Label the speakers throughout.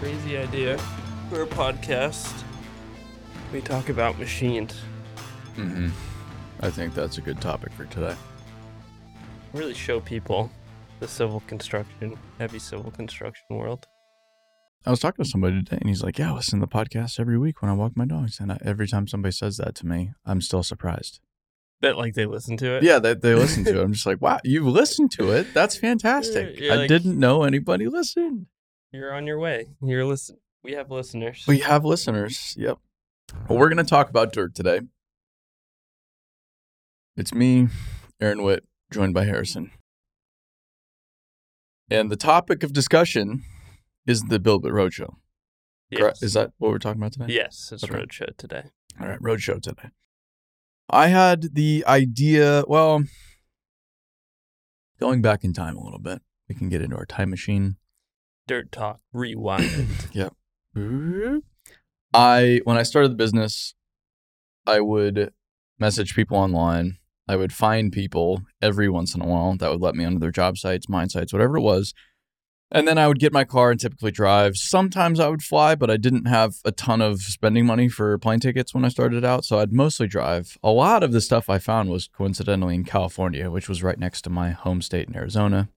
Speaker 1: Crazy idea for a podcast. We talk about machines.
Speaker 2: Mm-hmm. I think that's a good topic for today.
Speaker 1: Really show people the civil construction, heavy civil construction world.
Speaker 2: I was talking to somebody today, and he's like, "Yeah, I listen to the podcast every week when I walk my dogs." And I, every time somebody says that to me, I'm still surprised.
Speaker 1: That like they listen to it.
Speaker 2: Yeah, they, they listen to it. I'm just like, "Wow, you've listened to it? That's fantastic!
Speaker 1: Yeah,
Speaker 2: I
Speaker 1: like-
Speaker 2: didn't know anybody listened."
Speaker 1: You're on your way. You're listen. We have listeners.
Speaker 2: We have listeners. Yep. Well, we're going to talk about dirt today. It's me, Aaron Witt, joined by Harrison. And the topic of discussion is the Build It Roadshow.
Speaker 1: yes.
Speaker 2: Is that what we're talking about today?
Speaker 1: yes, it's
Speaker 2: Okay.
Speaker 1: roadshow today.
Speaker 2: All right, roadshow today. I had the idea, well, going back in time a little bit. We can get into our time machine.
Speaker 1: Dirt talk rewind.
Speaker 2: I when I started the business, I would message people online. I would find people every once in a while that would let me onto their job sites, mine sites, whatever it was. And then I would get my car and typically drive. Sometimes I would fly, but I didn't have a ton of spending money for plane tickets when I started out, so I'd mostly drive. A lot of the stuff I found was coincidentally in California, which was right next to my home state in Arizona.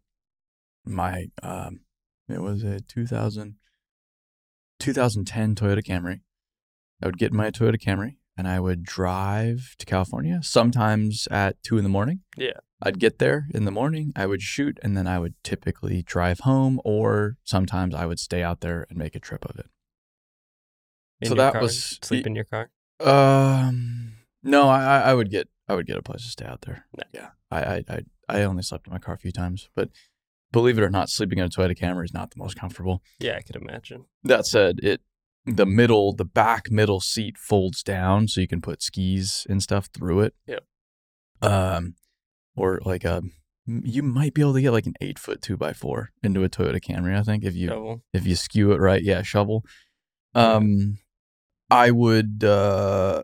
Speaker 2: My um, it was a 2000 2010 Toyota Camry. I would get in my Toyota Camry and I would drive to California sometimes at two in the morning.
Speaker 1: Yeah.
Speaker 2: I'd get there in the morning, I would shoot, and then I would typically drive home, or sometimes I would stay out there and make a trip of it.
Speaker 1: In
Speaker 2: So
Speaker 1: your
Speaker 2: that
Speaker 1: car?
Speaker 2: was-
Speaker 1: sleep in your car.
Speaker 2: Um, no, I, I- I would get I would get a place to stay out there.
Speaker 1: Nice.
Speaker 2: Yeah, I, I I I only slept in my car a few times, but believe it or not, sleeping in a Toyota Camry is not the most comfortable.
Speaker 1: Yeah, I could imagine.
Speaker 2: That said, it the middle, the back middle seat folds down so you can put skis and stuff through it.
Speaker 1: Yep.
Speaker 2: Um, or like a, you might be able to get like an eight foot two by four into a Toyota Camry. I think if you
Speaker 1: Shovel.
Speaker 2: if you skew it right, yeah, shovel. Um, I would. uh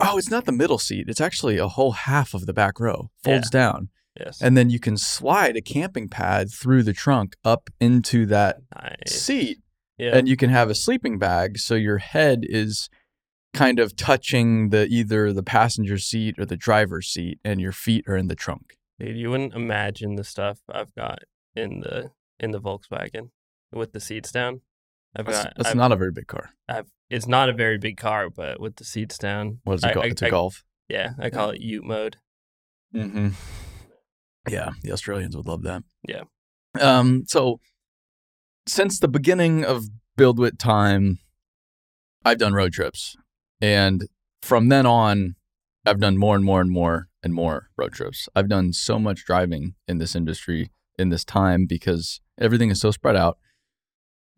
Speaker 2: Oh, it's not the middle seat. It's actually a whole half of the back row folds down,
Speaker 1: Yes.
Speaker 2: and then you can slide a camping pad through the trunk up into that
Speaker 1: nice.
Speaker 2: seat
Speaker 1: Yeah.
Speaker 2: and you can have a sleeping bag so your head is kind of touching the either the passenger seat or the driver's seat and your feet are in the trunk
Speaker 1: Dude, you wouldn't imagine the stuff I've got in the in the Volkswagen with the seats down. I've
Speaker 2: that's,
Speaker 1: got
Speaker 2: that's
Speaker 1: I've,
Speaker 2: not a very big car
Speaker 1: I've, it's not a very big car, but with the seats down,
Speaker 2: what is it
Speaker 1: I-
Speaker 2: called
Speaker 1: I-
Speaker 2: it's a
Speaker 1: I-
Speaker 2: golf
Speaker 1: yeah, I call it Ute mode.
Speaker 2: mm-hmm. yeah the australians would love that
Speaker 1: Yeah.
Speaker 2: um so since the beginning of build with time i've done road trips and from then on I've done more and more and more and more road trips. I've done so much driving in this industry in this time because everything is so spread out.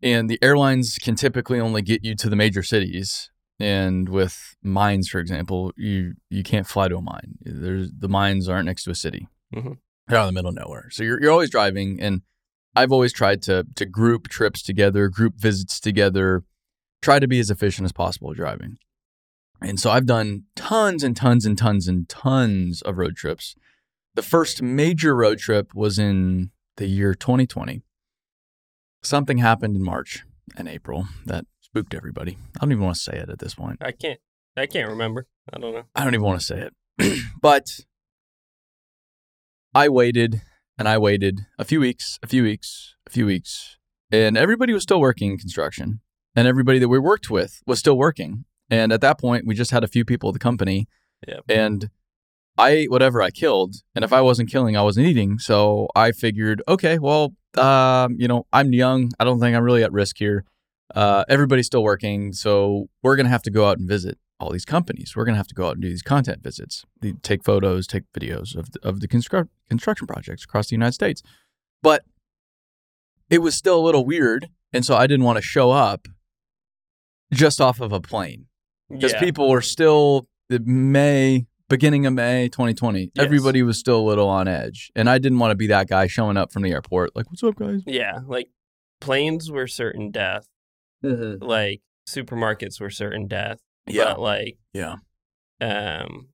Speaker 2: And the airlines can typically only get you to the major cities. And with mines, for example, you you can't fly to a mine. There's the mines aren't next to a city.
Speaker 1: Mhm.
Speaker 2: They're out in the middle of nowhere. So you're you're always driving. And I've always tried to to group trips together, group visits together, try to be as efficient as possible driving. And so I've done tons and tons and tons and tons of road trips. The first major road trip was in the year 2020. Something happened in March and April that spooked everybody. I don't even want to say it at this point.
Speaker 1: I can't. I can't remember. I don't know.
Speaker 2: I don't even want to say it. but I waited and I waited a few weeks, a few weeks, a few weeks. And everybody was still working in construction. And everybody that we worked with was still working. And at that point, we just had a few people at the company.
Speaker 1: Yep.
Speaker 2: And I ate whatever I killed. And if I wasn't killing, I wasn't eating. So I figured, okay, well, um, you know, I'm young. I don't think I'm really at risk here. Uh, everybody's still working. So we're going to have to go out and visit all these companies. We're going to have to go out and do these content visits, They take photos, take videos of the, of the construct, construction projects across the United States. But it was still a little weird. And so I didn't want to show up just off of a plane because
Speaker 1: Yeah.
Speaker 2: people were still the May beginning of May 2020.
Speaker 1: Yes.
Speaker 2: Everybody was still a little on edge, and I didn't want to be that guy showing up from the airport like, "What's up, guys?"
Speaker 1: yeah, like planes were certain death. Mm-hmm. Like supermarkets were certain death. But like
Speaker 2: yeah,
Speaker 1: um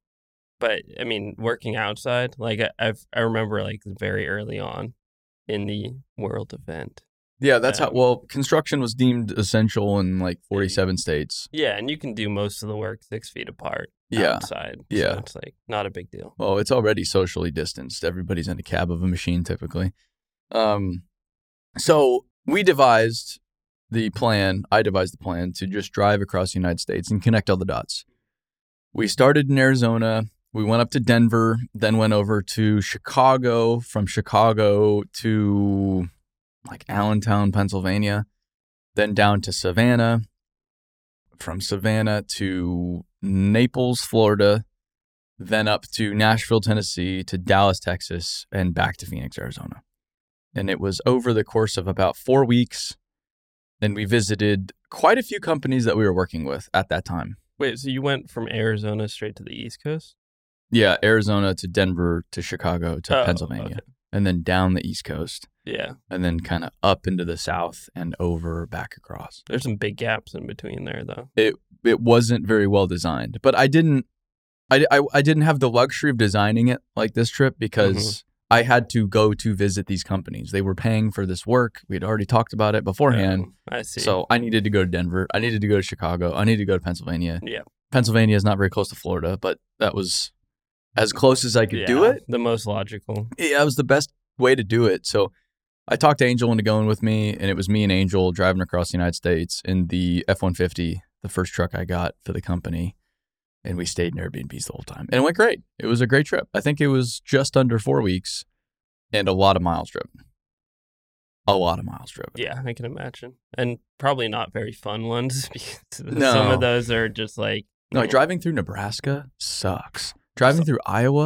Speaker 1: but i mean working outside like I, i've i remember like very early on in the world event
Speaker 2: yeah. That's how.
Speaker 1: Um,
Speaker 2: Well, construction was deemed essential in like 47 states.
Speaker 1: yeah and you can do most of the work six feet apart
Speaker 2: Yeah.
Speaker 1: outside so
Speaker 2: Yeah.
Speaker 1: it's like not a big deal
Speaker 2: Well, Oh, it's already socially distanced. Everybody's in a cab of a machine typically. Um, so we devised the plan. I devised the plan to just drive across the United States and connect all the dots. We started in Arizona. We went up to Denver, then went over to Chicago, from Chicago to like Allentown, Pennsylvania, then down to Savannah, from Savannah to Naples, Florida, then up to Nashville, Tennessee, to Dallas, Texas, and back to Phoenix, Arizona. And it was over the course of about four weeks. And we visited quite a few companies that we were working with at that time.
Speaker 1: wait so you went from arizona straight to the east coast
Speaker 2: Yeah, Arizona to Denver to Chicago to
Speaker 1: Oh,
Speaker 2: Pennsylvania,
Speaker 1: okay.
Speaker 2: and then down the East Coast,
Speaker 1: yeah
Speaker 2: and then kind of up into the South and over back across.
Speaker 1: there's some big gaps in between there though
Speaker 2: It wasn't very well designed, but I didn't. I, I, I didn't have the luxury of designing it like this trip because
Speaker 1: Mm-hmm.
Speaker 2: I had to go to visit these companies. They were paying for this work. We had already talked about it beforehand.
Speaker 1: Um, i see
Speaker 2: So I needed to go to Denver. I needed to go to Chicago. I needed to go to Pennsylvania.
Speaker 1: Yeah.
Speaker 2: Pennsylvania is not very close to Florida, but that was as close as I could do
Speaker 1: Yeah,
Speaker 2: it.
Speaker 1: the most logical
Speaker 2: Yeah, it was the best way to do it. So I talked to Angel into going with me, and it was me and Angel driving across the United States in the F 150, the first truck I got for the company. And we stayed in Airbnbs the whole time. And it went great. It was a great trip. I think it was just under four weeks and a lot of miles driven. A lot of miles driven.
Speaker 1: yeah i can imagine and probably not very fun ones because some
Speaker 2: No.
Speaker 1: of those are just like
Speaker 2: No, driving through Nebraska sucks. Driving through Iowa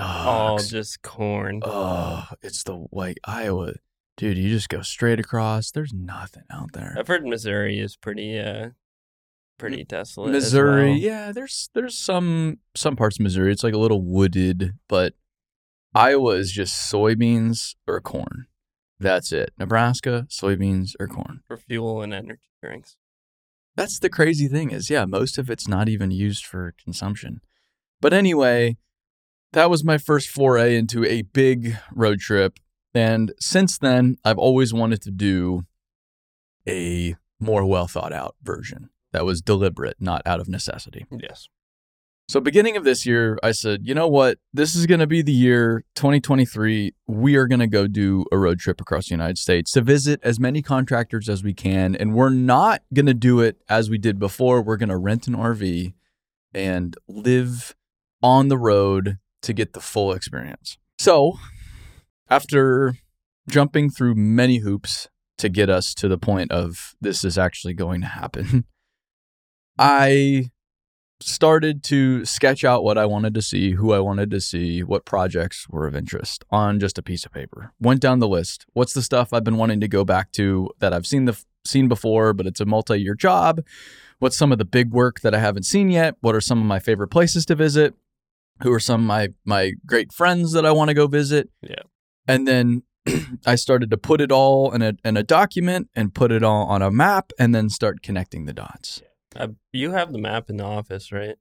Speaker 1: all
Speaker 2: sucks.
Speaker 1: just corn
Speaker 2: Oh, it's the like Iowa. Dude, you just go straight across. There's nothing out there.
Speaker 1: I've heard Missouri is pretty uh pretty desolate. as
Speaker 2: Missouri.
Speaker 1: well.
Speaker 2: Yeah, there's there's some some parts of Missouri. It's like a little wooded, but Iowa is just soybeans or corn. That's it. Nebraska, soybeans or corn.
Speaker 1: For fuel and energy drinks.
Speaker 2: That's the crazy thing is, yeah, most of it's not even used for consumption. But anyway, that was my first foray into a big road trip. And since then, I've always wanted to do a more well thought out version that was deliberate, not out of necessity.
Speaker 1: Yes.
Speaker 2: So, beginning of this year, I said, you know what? This is going to be the year 2023. We are going to go do a road trip across the United States to visit as many contractors as we can. And we're not going to do it as we did before. We're going to rent an RV and live on the road to get the full experience. So, after jumping through many hoops to get us to the point of this is actually going to happen, I started to sketch out what I wanted to see, who I wanted to see, what projects were of interest on just a piece of paper. Went down the list. What's the stuff I've been wanting to go back to that I've seen the seen before, but it's a multi-year job? What's some of the big work that I haven't seen yet? What are some of my favorite places to visit? Who are some of my my great friends that I want to go visit?
Speaker 1: Yeah.
Speaker 2: And then I started to put it all in a in a document and put it all on a map and then start connecting the dots.
Speaker 1: Uh, you have the map in the office, right?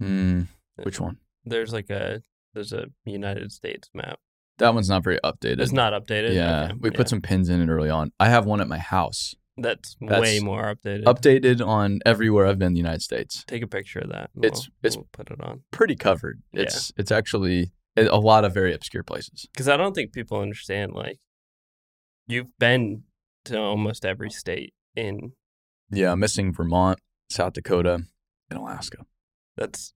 Speaker 2: Hmm. which one?
Speaker 1: There's like a there's a United States map.
Speaker 2: That one's not very updated.
Speaker 1: It's not updated.
Speaker 2: Yeah,
Speaker 1: Okay,
Speaker 2: we put some pins in it early on. I have one at my house
Speaker 1: That's,
Speaker 2: That's
Speaker 1: way more updated.
Speaker 2: Updated on everywhere I've been in the United States.
Speaker 1: Take a picture of that. and
Speaker 2: It's-
Speaker 1: we'll-
Speaker 2: it's-
Speaker 1: we'll put it on
Speaker 2: Pretty covered.
Speaker 1: Yeah.
Speaker 2: It's it's actually a a lot of very obscure places.
Speaker 1: because I don't think people understand. Like, you've been to almost every state in
Speaker 2: Yeah, missing Vermont, South Dakota, and Alaska.
Speaker 1: that's.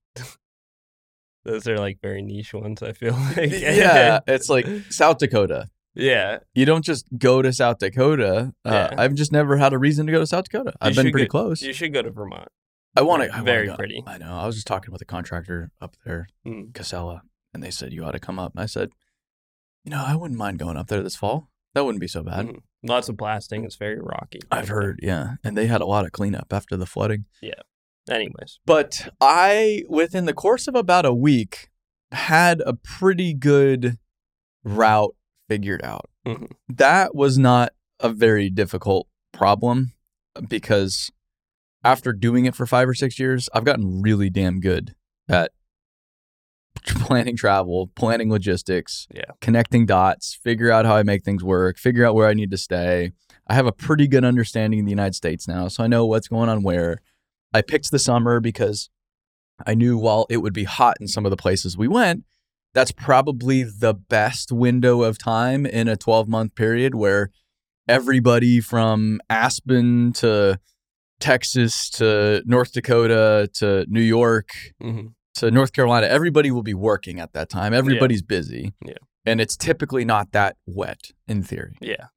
Speaker 1: Those are like very niche ones. I feel like
Speaker 2: yeah, it's like South Dakota.
Speaker 1: yeah.
Speaker 2: You don't just go to South Dakota. Uh,
Speaker 1: Yeah.
Speaker 2: I've just never had a reason to go to South Dakota. I've been
Speaker 1: should
Speaker 2: pretty
Speaker 1: go-
Speaker 2: close.
Speaker 1: You should go to Vermont.
Speaker 2: I want to.
Speaker 1: Very pretty.
Speaker 2: I know. I was just talking with a contractor up there,
Speaker 1: Mm.
Speaker 2: Casella, and they said you ought to come up. And I said, you know, I wouldn't mind going up there this fall. That wouldn't be so bad.
Speaker 1: Mhm. Lots of blasting. It's very rocky.
Speaker 2: I've heard, yeah. And they had a lot of cleanup after the flooding.
Speaker 1: Anyways,
Speaker 2: But I, within the course of about a week, had a pretty good route figured out.
Speaker 1: Mhm.
Speaker 2: That was not a very difficult problem because after doing it for five or six years, I've gotten really damn good at planning travel, planning logistics,
Speaker 1: Yeah.
Speaker 2: connecting dots, figure out how I make things work, figure out where I need to stay. I have a pretty good understanding of the United States now, so I know what's going on where. I picked the summer because I knew while it would be hot in some of the places we went, that's probably the best window of time in a 12 month period where everybody from Aspen to Texas to North Dakota to New York
Speaker 1: Mhm.
Speaker 2: to North Carolina, everybody will be working at that time. Everybody's busy.
Speaker 1: Yeah.
Speaker 2: And it's typically not that wet in theory
Speaker 1: yeah,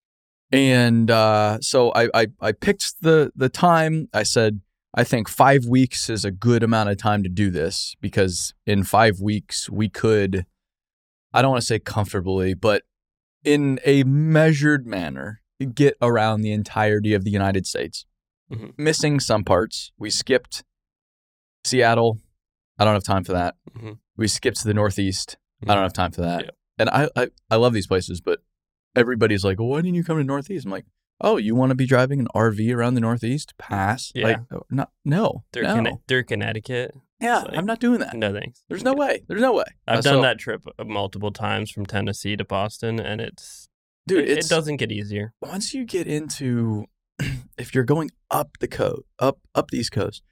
Speaker 2: and uh, so I, I I picked the the time. I said I think five weeks is a good amount of time to do this because in five weeks we could, I don't want to say comfortably, but in a measured manner, get around the entirety of the United States.
Speaker 1: Mhm.
Speaker 2: Missing some parts, we skipped Seattle. I don't have time for that.
Speaker 1: Mhm.
Speaker 2: We skipped the Northeast. I
Speaker 1: Mm-hmm.
Speaker 2: don't have time for that.
Speaker 1: Yeah.
Speaker 2: And I, I I love these places, but everybody's like, well, why didn't you come to Northeast? I'm like, oh, you want to be driving an RV around the Northeast? Pass.
Speaker 1: Yeah.
Speaker 2: Like, oh, no, no,
Speaker 1: through,
Speaker 2: no.
Speaker 1: Conne- through Connecticut.
Speaker 2: yeah,
Speaker 1: like-
Speaker 2: I'm not doing that.
Speaker 1: No thanks.
Speaker 2: There's no way. There's no way. Uh,
Speaker 1: I've
Speaker 2: so-
Speaker 1: done that trip multiple times from Tennessee to Boston, and it's
Speaker 2: dude.
Speaker 1: it, it
Speaker 2: It's
Speaker 1: doesn't get easier.
Speaker 2: once you get into, if you're going up the coast, up up the East Coast,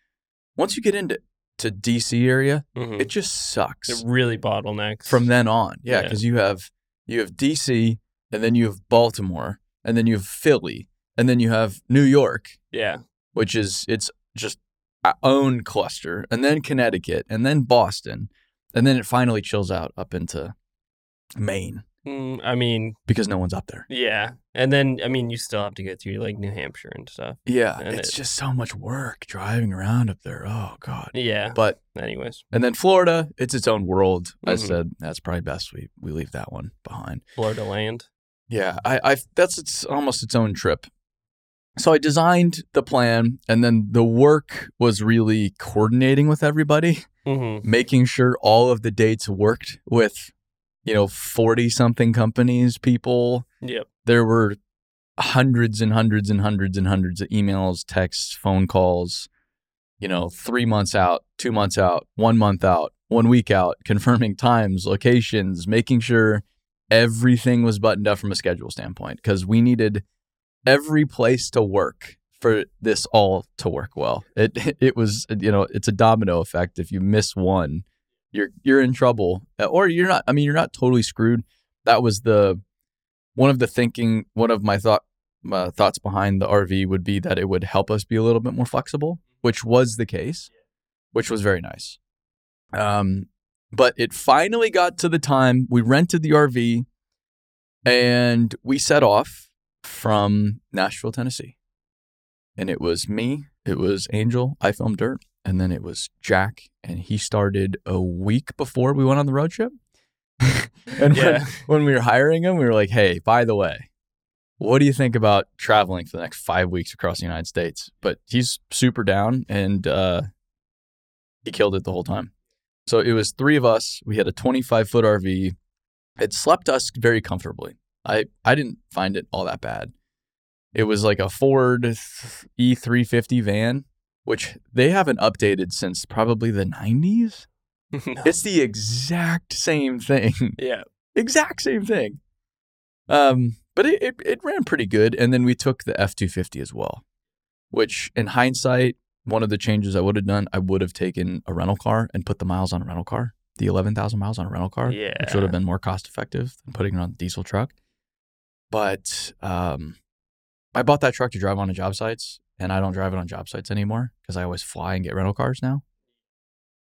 Speaker 2: once you get into to DC area,
Speaker 1: Mhm.
Speaker 2: it just sucks.
Speaker 1: It really bottlenecks
Speaker 2: from then on. Yeah,
Speaker 1: Yeah.
Speaker 2: because you have you have DC, and then you have Baltimore, and then you have Philly, and then you have New York,
Speaker 1: Yeah,
Speaker 2: which is it's just a own cluster, and then Connecticut, and then Boston, and then it finally chills out up into Maine
Speaker 1: Mm, I mean,
Speaker 2: because no one's up there.
Speaker 1: yeah, and then I mean, you still have to get through like New Hampshire and stuff.
Speaker 2: Yeah,
Speaker 1: And
Speaker 2: it's
Speaker 1: it-
Speaker 2: just so much work driving around up there. Oh god.
Speaker 1: Yeah.
Speaker 2: But
Speaker 1: Anyways,
Speaker 2: and then Florida, it's its own world. I
Speaker 1: Mhm.
Speaker 2: said that's probably best we we leave that one behind.
Speaker 1: Florida land.
Speaker 2: Yeah, I, I that's it's almost its own trip. So I designed the plan, and then the work was really coordinating with everybody,
Speaker 1: Mm-hmm.
Speaker 2: making sure all of the dates worked with, you know, forty something companies, people.
Speaker 1: Yep.
Speaker 2: There were hundreds and hundreds and hundreds and hundreds of emails, texts, phone calls. You know, three months out, two months out, one month out, one week out, confirming times, locations, making sure everything was buttoned up from a schedule standpoint because we needed every place to work for this all to work well. It it was you know it's a domino effect. If you miss one, you're you're in trouble, Uh, or you're not. I mean, you're not totally screwed. That was the one of the thinking. One of my thought my thoughts behind the RV would be that it would help us be a little bit more flexible, which was the case, which was very nice. Um, but it finally got to the time we rented the RV and we set off from Nashville, Tennessee. And it was me, it was Angel, I filmed Dirt, and then it was Jack. And he started a week before we went on the road trip. and when-
Speaker 1: Yeah.
Speaker 2: when we were hiring him, we were like, hey, by the way, what do you think about traveling for the next five weeks across the United States? But he's super down and uh, he killed it the whole time. So it was three of us. We had a 25 foot RV. It slept us very comfortably. I, I didn't find it all that bad. It was like a Ford E350 van, which they haven't updated since probably the 90s.
Speaker 1: No.
Speaker 2: It's the exact same thing
Speaker 1: yeah.
Speaker 2: exact same thing. Um, but it, it, it ran pretty good. And then we took the F 250 as well, which in hindsight, one of the changes I would have done, I would have taken a rental car and put the miles on a rental car, the 11,000 miles on a rental car,
Speaker 1: Yeah.
Speaker 2: which would have been more cost effective than putting it on the diesel truck. But um, I bought that truck to drive on to job sites, and I don't drive it on job sites anymore because I always fly and get rental cars now.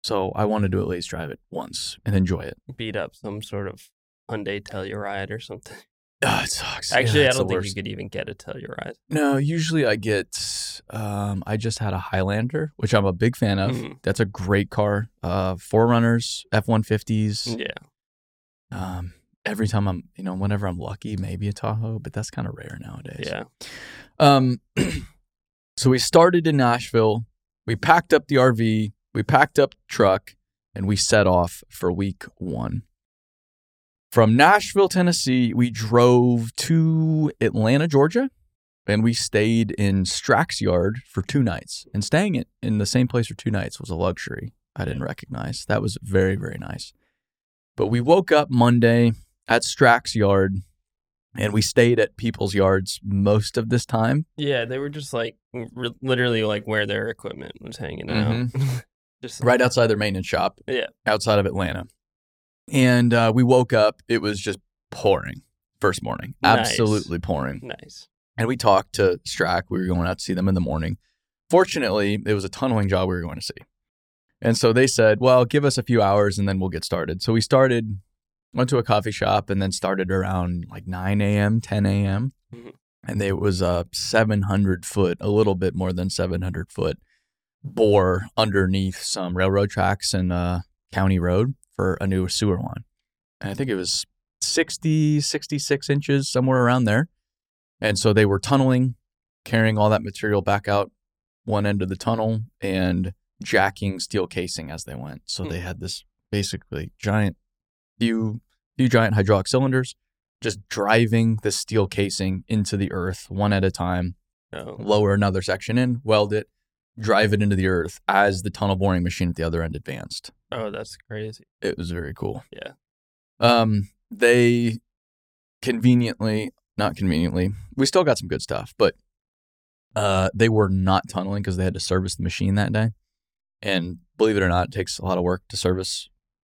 Speaker 2: So I wanted to at least drive it once and enjoy it.
Speaker 1: beat up some sort of Hyundai Telluride or something.
Speaker 2: Oh, it sucks. Yeah,
Speaker 1: Actually, I
Speaker 2: it's the
Speaker 1: don't think you
Speaker 2: worst.
Speaker 1: could even get a Telluride.
Speaker 2: No, usually I get. Um, I just had a Highlander, which I'm a big fan of.
Speaker 1: Mhm.
Speaker 2: That's a great car. Uh, Forerunners, F150s.
Speaker 1: Yeah.
Speaker 2: Um, every time I'm, you know, whenever I'm lucky, maybe a Tahoe, but that's kind of rare nowadays.
Speaker 1: Yeah.
Speaker 2: Um, so we started in Nashville. We packed up the RV. We packed up the truck, and we set off for week one. From Nashville, Tennessee, we drove to Atlanta, Georgia, and we stayed in Strack's yard for two nights. And staying in, in the same place for two nights was a luxury I didn't recognize. That was very, very nice. But we woke up Monday at Strack's yard, and we stayed at people's yards most of this time
Speaker 1: Yeah. They were just like r literally like where their equipment was hanging out. just
Speaker 2: Mm-hmm. right outside their maintenance shop.
Speaker 1: Yeah.
Speaker 2: Outside of Atlanta. And uh, we woke up. It was just pouring first morning,
Speaker 1: Nice.
Speaker 2: absolutely pouring.
Speaker 1: Nice.
Speaker 2: And we talked to Strack. We were going out to see them in the morning. Fortunately, it was a tunneling job we were going to see. And so they said, well, give us a few hours and then we'll get started. So we started, went to a coffee shop and then started around like 9 a.m., 10 a.m.
Speaker 1: Mhm.
Speaker 2: And they, it was a 700 foot, a little bit more than 700 foot bore underneath some railroad tracks and uh, county road for a new sewer line. And I think it was 60, 66 inches, somewhere around there. And so they were tunneling, carrying all that material back out one end of the tunnel and jacking steel casing as they went. So
Speaker 1: Hmm.
Speaker 2: they had this basically giant, few, few giant hydraulic cylinders just driving the steel casing into the earth one at a time
Speaker 1: Oh.
Speaker 2: lower another section in, weld it, drive it into the earth as the tunnel boring machine at the other end advanced.
Speaker 1: Oh, that's crazy.
Speaker 2: It was very cool.
Speaker 1: Yeah.
Speaker 2: Um, they conveniently, not conveniently, we still got some good stuff, but uh, they were not tunneling because they had to service the machine that day. And believe it or not, it takes a lot of work to service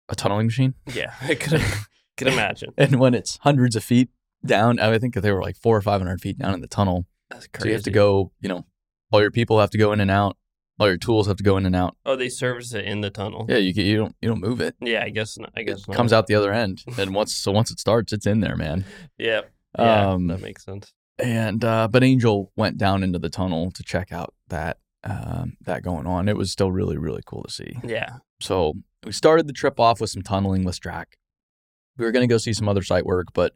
Speaker 2: a tunneling machine.
Speaker 1: Yeah. I could, could imagine.
Speaker 2: And when it's hundreds of feet down, I think they were like four or 500 feet down in the tunnel.
Speaker 1: That's crazy.
Speaker 2: So you have to go, you know, all your people have to go in and out. All your tools have to go in and out.
Speaker 1: Oh, they service it in the tunnel.
Speaker 2: Yeah, you ca- you don't you don't move it.
Speaker 1: Yeah, I guess not. I
Speaker 2: It
Speaker 1: guess not.
Speaker 2: comes out the other end, and once so once it starts, it's in there, man.
Speaker 1: Yeah. Yeah,
Speaker 2: Um,
Speaker 1: that makes sense.
Speaker 2: And uh, but Angel went down into the tunnel to check out that um, that going on. It was still really really cool to see.
Speaker 1: Yeah.
Speaker 2: So we started the trip off with some tunneling with Strack. We were going to go see some other site work, but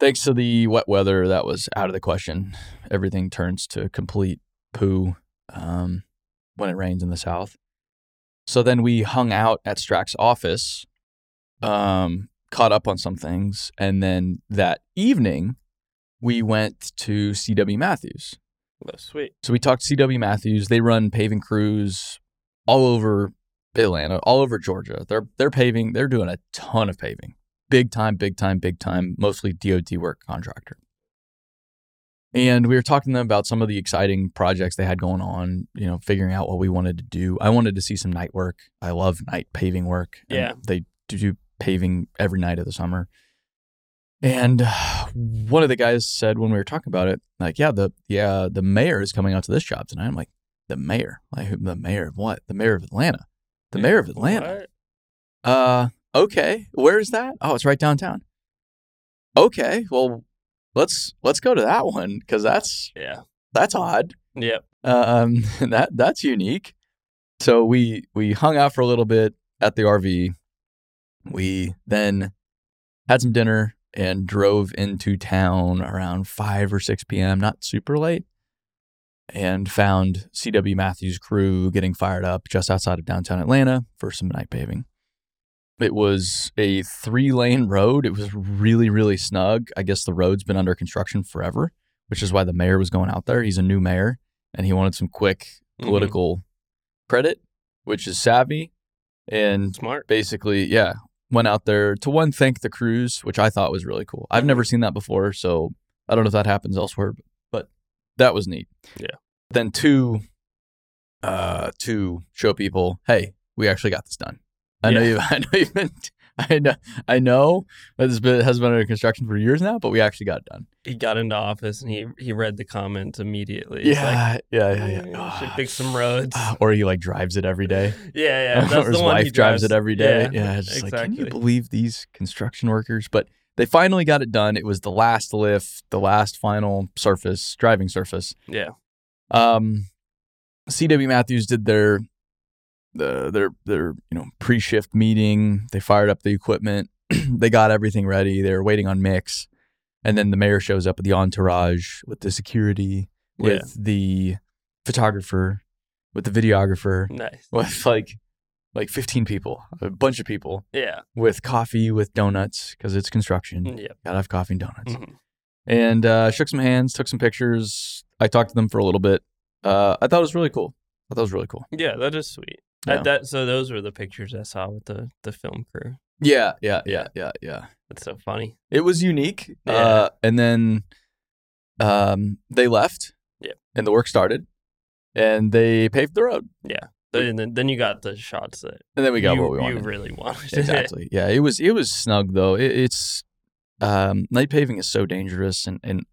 Speaker 2: thanks to the wet weather, that was out of the question. Everything turns to complete poo um, when it rains in the south. So then we hung out at Strack's office, um, caught up on some things, and then that evening we went to CW Matthews.
Speaker 1: Well, sweet.
Speaker 2: So we talked to CW Matthews. They run paving crews all over Atlanta, all over Georgia. They're they're paving. They're doing a ton of paving, big time, big time, big time. Mostly DOT work contractor. And we were talking to them about some of the exciting projects they had going on. You know, figuring out what we wanted to do. I wanted to see some night work. I love night paving work. and
Speaker 1: Yeah.
Speaker 2: they do do paving every night of the summer. And uh, one of the guys said when we were talking about it, like, yeah, the yeah the mayor is coming out to this job tonight. I'm like, the mayor, like who- the mayor of what? The mayor of Atlanta, the mayor of Atlanta.
Speaker 1: What?
Speaker 2: Uh, okay, where is that? Oh, it's right downtown. Okay, well, let's let's go to that one because that's
Speaker 1: Yeah.
Speaker 2: that's odd
Speaker 1: Yep.
Speaker 2: um, that that's unique. So we we hung out for a little bit at the RV. We then had some dinner and drove into town around five or six p.m. Not super late, and found C.W. Matthews' crew getting fired up just outside of downtown Atlanta for some night paving. It was a three-lane road. It was really really snug. I guess the road's been under construction forever, which is why the mayor was going out there. He's a new mayor and he wanted some quick
Speaker 1: Mhm.
Speaker 2: political credit, which is savvy. And
Speaker 1: Mm-hmm. Smart.
Speaker 2: basically, yeah, went out there to one thank the crews, which I thought was really cool. I've never seen that before, so I don't know if that happens elsewhere, but, but that was neat.
Speaker 1: Yeah.
Speaker 2: Then two, uh, to show people, hey, we actually got this done. I know
Speaker 1: Yeah.
Speaker 2: you. I know you've been. I know. I know that this been, has been under construction for years now, but we actually got it done.
Speaker 1: He got into office and he he read the comments immediately. He's like,
Speaker 2: Yeah, yeah, yeah, yeah,
Speaker 1: "Mm, should fix some roads.
Speaker 2: Ah, or he like drives it every day.
Speaker 1: Yeah, yeah. That's
Speaker 2: or his
Speaker 1: the one
Speaker 2: wife
Speaker 1: he
Speaker 2: drives it every day. Yeah, it's just
Speaker 1: exactly.
Speaker 2: like, can you believe these construction workers? But they finally got it done. It was the last lift, the last final surface, driving surface.
Speaker 1: Yeah.
Speaker 2: Um, C.W. Matthews did their the their their you know pre shift meeting. They fired up the equipment. they got everything ready. They were waiting on mix, and then the mayor shows up with the entourage, with the security,
Speaker 1: Yeah.
Speaker 2: with the photographer, with the videographer
Speaker 1: nice.
Speaker 2: with like like 15 people, a bunch of people
Speaker 1: Yeah, mm,
Speaker 2: with coffee, with donuts because it's construction.
Speaker 1: yeah.
Speaker 2: Gotta have coffee and donuts.
Speaker 1: mhm.
Speaker 2: And uh, shook some hands, took some pictures. I talked to them for a little bit. Uh, I thought it was really cool. I thought it was really cool.
Speaker 1: Yeah, that is sweet.
Speaker 2: Yeah.
Speaker 1: That, that so those were the pictures I saw with the the film crew.
Speaker 2: Yeah, yeah, yeah, yeah, yeah.
Speaker 1: That's so funny.
Speaker 2: It was unique.
Speaker 1: Yeah.
Speaker 2: Uh, and then um, they left.
Speaker 1: Yeah.
Speaker 2: And the work started, and they paved the road.
Speaker 1: And then, then you got the shots that
Speaker 2: And then we got
Speaker 1: you,
Speaker 2: what we wanted.
Speaker 1: you really wanted.
Speaker 2: exactly. Yeah, it was it was snug though. It, it's um, night paving is so dangerous, and and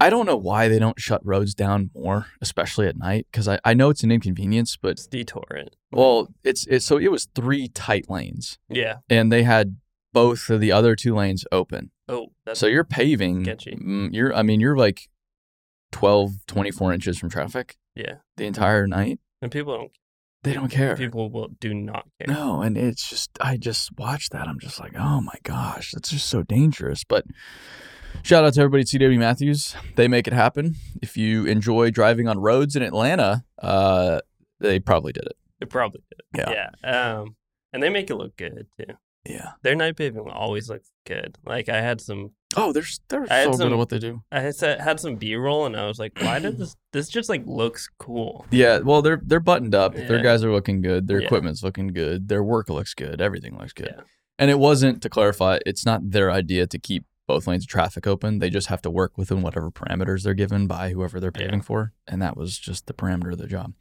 Speaker 2: I don't know why they don't shut roads down more, especially at night, because I, I know it's an inconvenience, but
Speaker 1: it's detorrent.
Speaker 2: well, it's it's so it was three tight lanes,
Speaker 1: Yeah.
Speaker 2: and they had both of the other two lanes open.
Speaker 1: Oh, that's
Speaker 2: so you're paving,
Speaker 1: sketchy.
Speaker 2: mm, you're I mean you're like 12, 24 inches from traffic.
Speaker 1: Yeah.
Speaker 2: the entire night
Speaker 1: and people don't
Speaker 2: they don't care.
Speaker 1: people will do not care.
Speaker 2: No, and it's just I just watched that. I'm just like, oh my gosh, that's just so dangerous. But shout out to everybody at CW Matthews. They make it happen. If you enjoy driving on roads in Atlanta, uh, they probably did it.
Speaker 1: They probably did.
Speaker 2: Yeah.
Speaker 1: Yeah. Um, and they make it look good too.
Speaker 2: Yeah.
Speaker 1: Their night paving always looks good. Like I had some,
Speaker 2: Oh, there's they're
Speaker 1: I had
Speaker 2: so good
Speaker 1: some-
Speaker 2: at what they do.
Speaker 1: I had sa- had some B roll, and I was like, why did this? This just like looks cool.
Speaker 2: Yeah, well, they're they're buttoned up. Their
Speaker 1: Yeah.
Speaker 2: guys are looking good. Their
Speaker 1: Yeah.
Speaker 2: equipment's looking good. Their work looks good. Everything looks good.
Speaker 1: Yeah.
Speaker 2: And it wasn't to clarify. It's not their idea to keep both lanes of traffic open. They just have to work within whatever parameters they're given by whoever they're
Speaker 1: Yeah.
Speaker 2: paving for, and that was just the parameter of the job.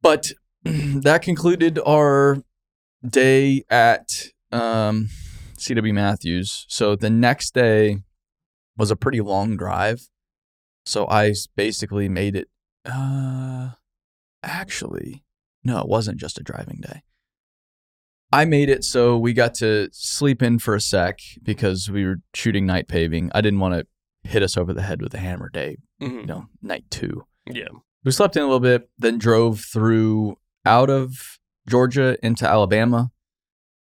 Speaker 2: But that concluded our day at um, CW Matthews. So the next day was a pretty long drive. So I s- basically made it. Uh, actually, no, it wasn't just a driving day. I made it so we got to sleep in for a sec because we were shooting night paving. I didn't want to hit us over the head with a hammer day, you
Speaker 1: Mhm.
Speaker 2: know, night two.
Speaker 1: Yeah.
Speaker 2: We slept in a little bit, then drove through out of Georgia into Alabama,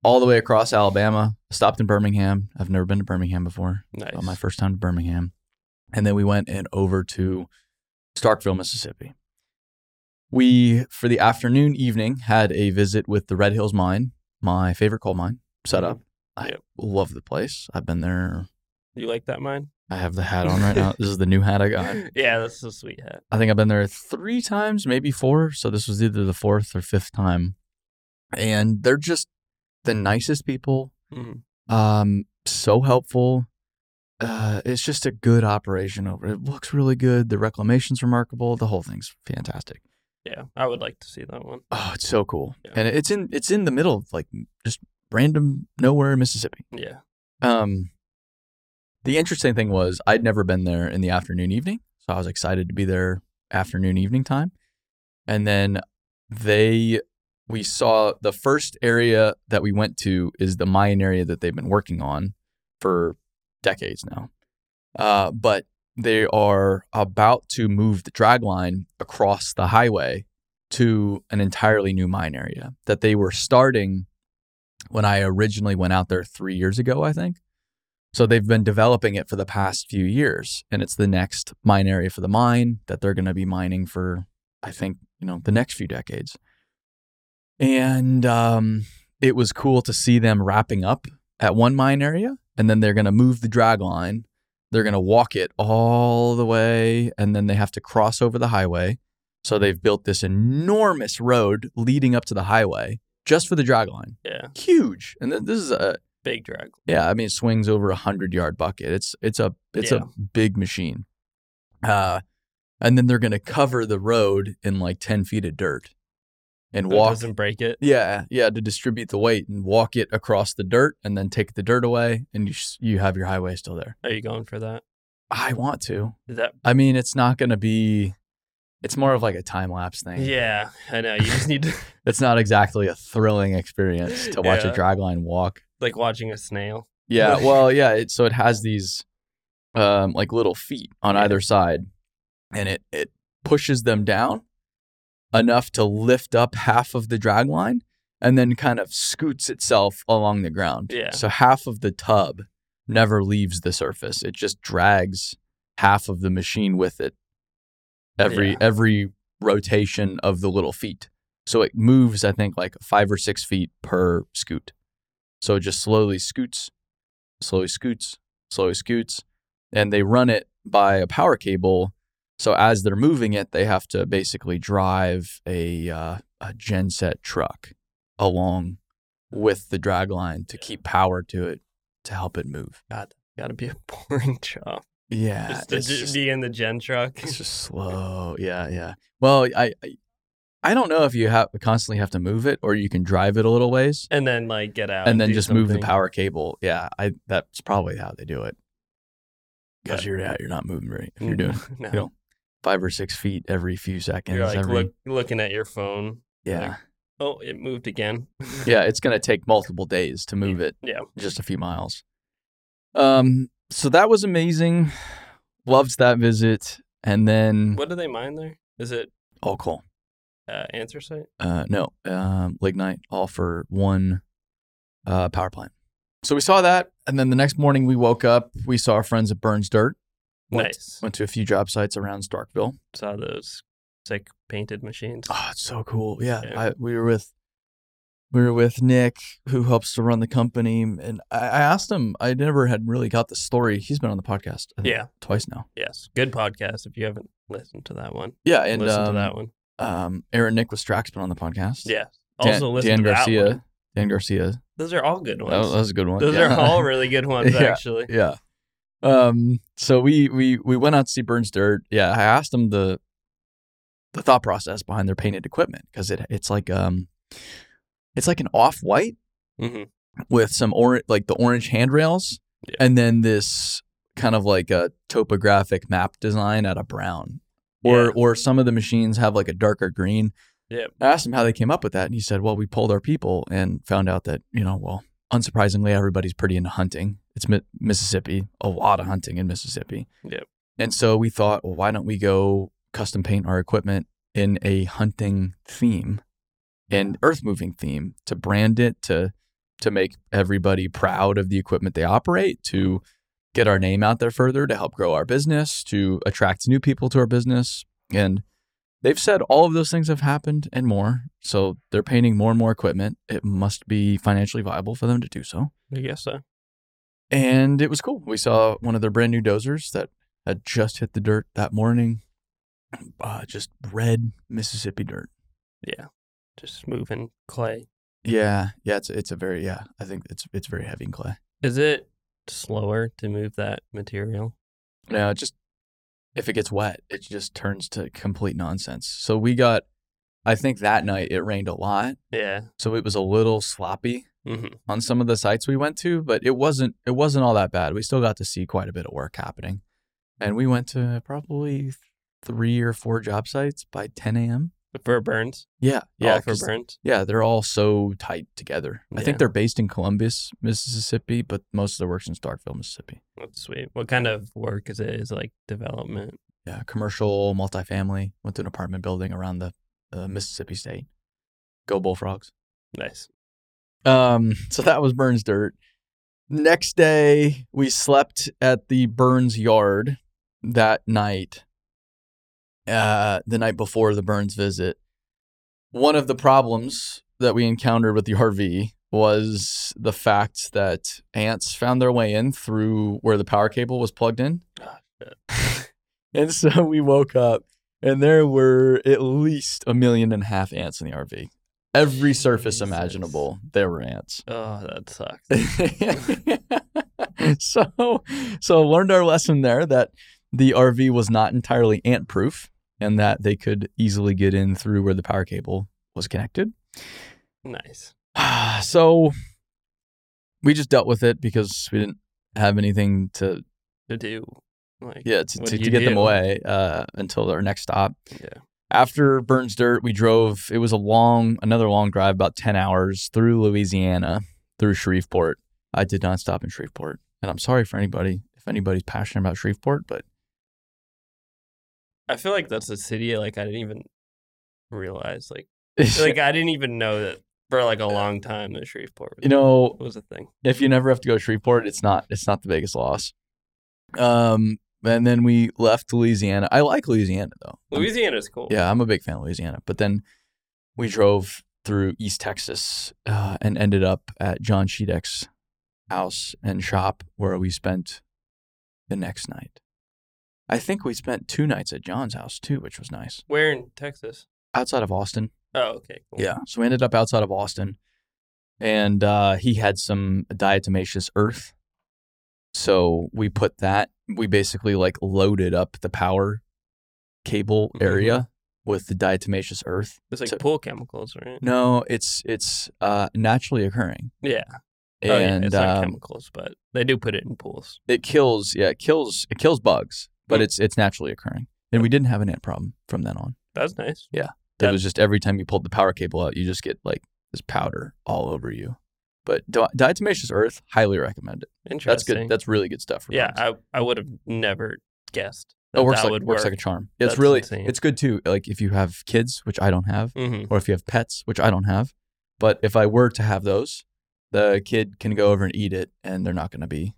Speaker 2: all the way across Alabama, stopped in Birmingham. I've never been to Birmingham before.
Speaker 1: Nice.
Speaker 2: Uh, my first time to Birmingham. And then we went and over to Starkville, Mississippi. We, for the afternoon evening, had a visit with the Red Hills Mine, my favorite coal mine, set up. I
Speaker 1: Yep.
Speaker 2: love the place. I've been there.
Speaker 1: you like that mine?
Speaker 2: I have the hat on right now. This is the new hat I got.
Speaker 1: yeah, that's a sweet hat.
Speaker 2: I think I've been there three times, maybe four. So this was either the fourth or fifth time. And they're just the nicest people
Speaker 1: Mhm.
Speaker 2: um so helpful uh it's just a good operation over it looks really good the reclamation's remarkable the whole thing's fantastic
Speaker 1: Yeah, I would like to see that one.
Speaker 2: oh it's so cool
Speaker 1: Yeah.
Speaker 2: and it's in it's in the middle of like just random nowhere in mississippi
Speaker 1: Yeah.
Speaker 2: um the interesting thing was i'd never been there in the afternoon evening so i was excited to be there afternoon evening time and then they we saw the first area that we went to is the mine area that they've been working on for decades now uh, but they are about to move the drag line across the highway to an entirely new mine area that they were starting when i originally went out there three years ago i think so they've been developing it for the past few years and it's the next mine area for the mine that they're going to be mining for I think, you know, the next few decades. And um, it was cool to see them wrapping up at one mine area, and then they're going to move the drag line. They're going to walk it all the way, and then they have to cross over the highway. So they've built this enormous road leading up to the highway just for the drag line.
Speaker 1: Yeah.
Speaker 2: Huge. And th- this is a
Speaker 1: big drag.
Speaker 2: Yeah, I mean it swings over a hundred yard bucket. It's it's a it's
Speaker 1: Yeah.
Speaker 2: a big machine. Uh and then they're gonna cover the road in like ten feet of dirt and
Speaker 1: So it
Speaker 2: walk
Speaker 1: doesn't break it.
Speaker 2: yeah, yeah, to distribute the weight and walk it across the dirt and then take the dirt away and you s- you have your highway still there.
Speaker 1: Are you going for that?
Speaker 2: I want to.
Speaker 1: Is that?
Speaker 2: I mean, it's not going to be it's more of like a time lapse thing.
Speaker 1: Yeah, I know. You just need to
Speaker 2: It's not exactly a thrilling experience to watch
Speaker 1: Yeah.
Speaker 2: a dragline walk.
Speaker 1: like watching a snail.
Speaker 2: Yeah, well, yeah. It, so it has these um, like little feet on
Speaker 1: Yeah.
Speaker 2: either side, and it it pushes them down enough to lift up half of the drag line, and then kind of scoots itself along the ground.
Speaker 1: Yeah.
Speaker 2: So half of the tub never leaves the surface. It just drags half of the machine with it every
Speaker 1: Yeah.
Speaker 2: every rotation of the little feet. So it moves, I think, like five or six feet per scoot. So it just slowly scoots, slowly scoots, slowly scoots, and they run it by a power cable. So as they're moving it, they have to basically drive a uh, a genset truck along with the drag line to keep power to it to help it move.
Speaker 1: Got to be a boring job.
Speaker 2: Yeah,
Speaker 1: Just uh, to
Speaker 2: it's
Speaker 1: d-
Speaker 2: just-
Speaker 1: be in the gen truck.
Speaker 2: it's just slow. Yeah, yeah. Well, I, I, I don't know if you have constantly have to move it, or you can drive it a little ways
Speaker 1: and then like get out
Speaker 2: and then
Speaker 1: do
Speaker 2: just move the
Speaker 1: something.
Speaker 2: power cable. Yeah, I. That's probably how they do it. Because
Speaker 1: But-
Speaker 2: you're out, you're not moving right. If you're doing
Speaker 1: no.
Speaker 2: don't- five or six feet every few seconds,
Speaker 1: Mm-hmm. You're like
Speaker 2: every
Speaker 1: look, looking at your phone.
Speaker 2: yeah,
Speaker 1: Oh, it moved again.
Speaker 2: yeah. It's gonna take multiple days to move it.
Speaker 1: Yeah.
Speaker 2: just a few miles. Um. So that was amazing. Loves that visit, and then
Speaker 1: What do they mine there? Is it
Speaker 2: oh, cool.
Speaker 1: uh, answer site?
Speaker 2: uh, no, um, lignite all for one uh, power plant. So we saw that, and then the next morning we woke up. We saw our friends at Burns Dirt. Went,
Speaker 1: Nice.
Speaker 2: Went to a few job sites around Starkville.
Speaker 1: Saw those sick painted machines.
Speaker 2: Oh, it's so cool. Yeah,
Speaker 1: Yeah.
Speaker 2: I, we were with we were with Nick, who helps to run the company, and I, I asked him. I never had really got the story. He's been on the podcast, I think,
Speaker 1: Yeah.
Speaker 2: twice now.
Speaker 1: Yes. Good podcast. If you haven't listened to that one,
Speaker 2: Yeah, and
Speaker 1: listen to
Speaker 2: um,
Speaker 1: that one.
Speaker 2: um, Aaron Nick with Strack's been on the podcast.
Speaker 1: Yeah.
Speaker 2: Dan,
Speaker 1: Also listen
Speaker 2: Dan
Speaker 1: to
Speaker 2: Garcia.
Speaker 1: that one.
Speaker 2: Dan Garcia.
Speaker 1: Those are all good
Speaker 2: That,
Speaker 1: ones.
Speaker 2: was- that was a good one.
Speaker 1: Those
Speaker 2: Yeah.
Speaker 1: are all really good ones,
Speaker 2: Yeah.
Speaker 1: actually.
Speaker 2: Yeah. Um. So we we we went out to see Burns Dirt. Yeah, I asked them the the thought process behind their painted equipment because it it's like um it's like an off white
Speaker 1: hmm
Speaker 2: Mm-hmm. with some orange like the orange handrails
Speaker 1: Yeah.
Speaker 2: and then this kind of like a topographic map design out of brown. Or
Speaker 1: Yeah.
Speaker 2: or some of the machines have like a darker green.
Speaker 1: Yep.
Speaker 2: I asked him how they came up with that, and he said, "Well, we polled our people and found out that you know, well, unsurprisingly, everybody's pretty into hunting. It's Mi- Mississippi, a lot of hunting in Mississippi.
Speaker 1: Yep.
Speaker 2: And so we thought, well, why don't we go custom paint our equipment in a hunting theme, an earth moving theme, to brand it, to to make everybody proud of the equipment they operate, to get our name out there further, to help grow our business, to attract new people to our business, and they've said all of those things have happened and more. So they're painting more and more equipment. It must be financially viable for them to do so.
Speaker 1: I guess so.
Speaker 2: And it was cool. We saw one of their brand new dozers that had just hit the dirt that morning. Uh, just red Mississippi dirt.
Speaker 1: Yeah. Just moving clay.
Speaker 2: Yeah, yeah, it's it's a very yeah. I think it's it's very heavy in clay.
Speaker 1: Is it slower to move that material?
Speaker 2: No, it just if it gets wet, it just turns to complete nonsense. So we got, I think that night it rained a lot,
Speaker 1: Yeah.
Speaker 2: so it was a little sloppy.
Speaker 1: hmm
Speaker 2: on some of the sites we went to, but it wasn't it wasn't all that bad. We still got to see quite a bit of work happening, and we went to probably three or four job sites by 10 a.m.
Speaker 1: For burns?
Speaker 2: Yeah,
Speaker 1: Yeah.
Speaker 2: yeah,
Speaker 1: for
Speaker 2: 'cause-
Speaker 1: burns?
Speaker 2: yeah. They're all so tight together. I
Speaker 1: Yeah.
Speaker 2: think they're based in Columbus, Mississippi, but most of their works in Starkville, Mississippi.
Speaker 1: That's sweet. What kind of work is it? Is it like development?
Speaker 2: Yeah, commercial, multifamily. Went to an apartment building around the uh, Mississippi state. Go Bullfrogs.
Speaker 1: Nice.
Speaker 2: Um, so that was Burns Dirt. Next day, we slept at the Burns yard that night. Uh, the night before the Burns visit. One of the problems that we encountered with the RV was the fact that ants found their way in through where the power cable was plugged in.
Speaker 1: Ah, shit.
Speaker 2: and so we woke up and there were at least a million and a half ants in the RV. Every surface
Speaker 1: Jesus.
Speaker 2: imaginable, there were ants.
Speaker 1: Oh, that sucks.
Speaker 2: so, so learned our lesson there that the RV was not entirely ant proof and that they could easily get in through where the power cable was connected.
Speaker 1: nice.
Speaker 2: So we just dealt with it because we didn't have anything to
Speaker 1: To do. Like,
Speaker 2: yeah to,
Speaker 1: what
Speaker 2: to,
Speaker 1: do
Speaker 2: to
Speaker 1: you
Speaker 2: get them
Speaker 1: do?
Speaker 2: away uh, until our next stop.
Speaker 1: Yeah.
Speaker 2: After Burns Dirt, we drove. It was a long, another long drive, about ten hours through Louisiana, through Shreveport. I did not stop in Shreveport, and I'm sorry for anybody if anybody's passionate about Shreveport, but
Speaker 1: I feel like that's a city like I didn't even realize. Like like I didn't even know that for like a long time that Shreveport was,
Speaker 2: you know,
Speaker 1: was a thing.
Speaker 2: if you never have to go to Shreveport, it's not it's not the biggest loss. Um, and then we left Louisiana. I like Louisiana though. I'm-
Speaker 1: Louisiana's cool.
Speaker 2: Yeah, I'm a big fan of Louisiana. But then we drove through East Texas uh, and ended up at John Sheedek's house and shop where we spent the next night. I think we spent two nights at John's house too, which was nice.
Speaker 1: Where in Texas?
Speaker 2: Outside of Austin.
Speaker 1: Oh, okay. Cool.
Speaker 2: Yeah. So we ended up outside of Austin and uh, he had some diatomaceous earth. So we put that, we basically like loaded up the power cable
Speaker 1: Mhm.
Speaker 2: area with the diatomaceous earth.
Speaker 1: It's like
Speaker 2: So-
Speaker 1: pool chemicals, right?
Speaker 2: No, it's it's uh, naturally occurring,
Speaker 1: Yeah.
Speaker 2: and
Speaker 1: oh, yeah. It's not
Speaker 2: um,
Speaker 1: chemicals, but they do put it in pools.
Speaker 2: it kills. Yeah, it kills. It kills bugs, but
Speaker 1: Hmm.
Speaker 2: it's it's naturally occurring. And we didn't have an ant problem from then on.
Speaker 1: That's nice.
Speaker 2: It
Speaker 1: That-
Speaker 2: was just every time you pulled the power cable out, you just get like this powder all over you. But di- diatomaceous earth, highly recommend it. That's
Speaker 1: Interesting.
Speaker 2: good. That's really good stuff. For
Speaker 1: yeah.
Speaker 2: bugs.
Speaker 1: I I would have never guessed that
Speaker 2: it works
Speaker 1: that
Speaker 2: like
Speaker 1: would
Speaker 2: works
Speaker 1: work.
Speaker 2: like a charm. It's
Speaker 1: That's
Speaker 2: really
Speaker 1: insane.
Speaker 2: it's good too. Like if you have kids, which I don't have.
Speaker 1: hmm
Speaker 2: or if you have pets, which I don't have. But if I were to have those, the kid can go over and eat it, and they're not going to be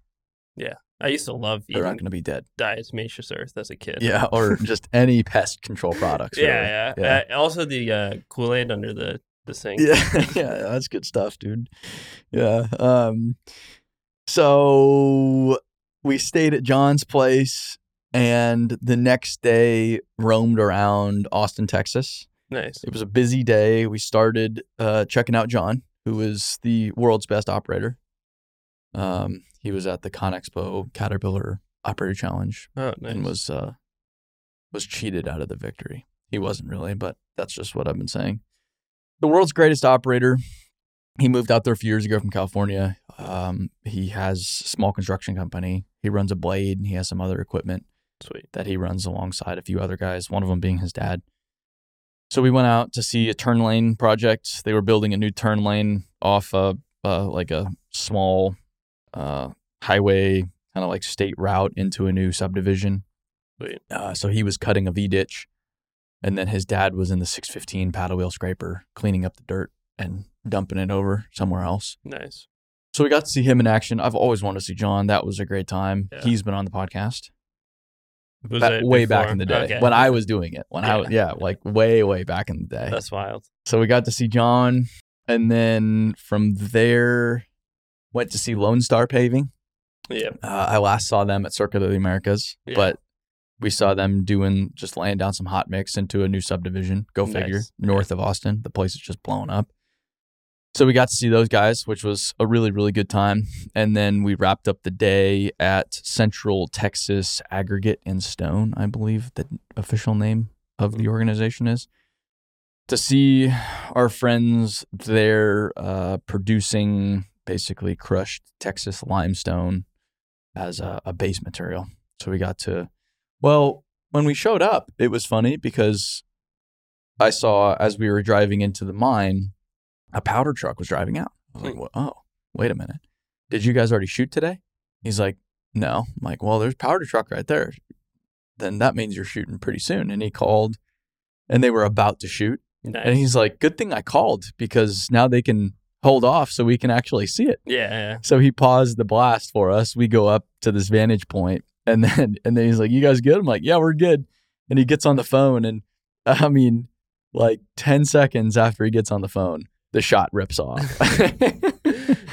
Speaker 1: I used to love
Speaker 2: they're not
Speaker 1: eating
Speaker 2: going to be dead.
Speaker 1: diatomaceous earth as a kid.
Speaker 2: Yeah, or just any pest control products. really.
Speaker 1: Yeah, yeah. Uh, also the uh, Kool Aid under the the sink.
Speaker 2: yeah, yeah. That's good stuff, dude. Yeah. Um. So we stayed at John's place, and the next day roamed around Austin, Texas.
Speaker 1: Nice.
Speaker 2: It was a busy day. We started uh, checking out John, who was the world's best operator. Um, he was at the ConExpo Caterpillar Operator Challenge
Speaker 1: Oh, nice.
Speaker 2: and was uh, was cheated out of the victory. He wasn't really, but that's just what I've been saying. The world's greatest operator. He moved out there a few years ago from California. Um, he has a small construction company. He runs a blade and he has some other equipment
Speaker 1: sweet.
Speaker 2: that he runs alongside a few other guys, one of them being his dad. So we went out to see a turn lane project. They were building a new turn lane off a uh, like a small uh, highway, kind of like state route into a new subdivision.
Speaker 1: Sweet.
Speaker 2: Uh, so he was cutting a V ditch, and then his dad was in the 615 paddle wheel scraper cleaning up the dirt and dumping it over somewhere else.
Speaker 1: Nice.
Speaker 2: So we got to see him in action. I've always wanted to see John. That was a great time.
Speaker 1: Yeah.
Speaker 2: He's been on the podcast
Speaker 1: Was
Speaker 2: ba-
Speaker 1: it
Speaker 2: way
Speaker 1: before?
Speaker 2: back in the day
Speaker 1: Okay.
Speaker 2: when I was doing it. When I was, yeah, like way, way back in the day.
Speaker 1: That's wild.
Speaker 2: so we got to see John, and then from there, went to see Lone Star Paving.
Speaker 1: Yeah.
Speaker 2: Uh, I last saw them at Circuit of the Americas,
Speaker 1: Yeah.
Speaker 2: but we saw them doing just laying down some hot mix into a new subdivision. Go
Speaker 1: Nice.
Speaker 2: figure. North of Austin, the place is just blown up. So we got to see those guys, which was a really, really good time. And then we wrapped up the day at Central Texas Aggregate and Stone, I believe the official name of the organization is. To see our friends there uh, producing basically crushed Texas limestone as a, a base material. So we got to, well, when we showed up, it was funny because I saw as we were driving into the mine, a powder truck was driving out. I was like, well, oh, wait a minute. Did you guys already shoot today? He's like, no. I'm like, well, there's a powder truck right there. Then that means you're shooting pretty soon. And he called and they were about to shoot.
Speaker 1: Nice.
Speaker 2: And he's like, good thing I called because now they can hold off so we can actually see it.
Speaker 1: yeah, yeah.
Speaker 2: So he paused the blast for us. We go up to this vantage point, and then and then he's like, "You guys good?" I'm like, "Yeah, we're good." And he gets on the phone, and I mean, like ten seconds after he gets on the phone, the shot rips off.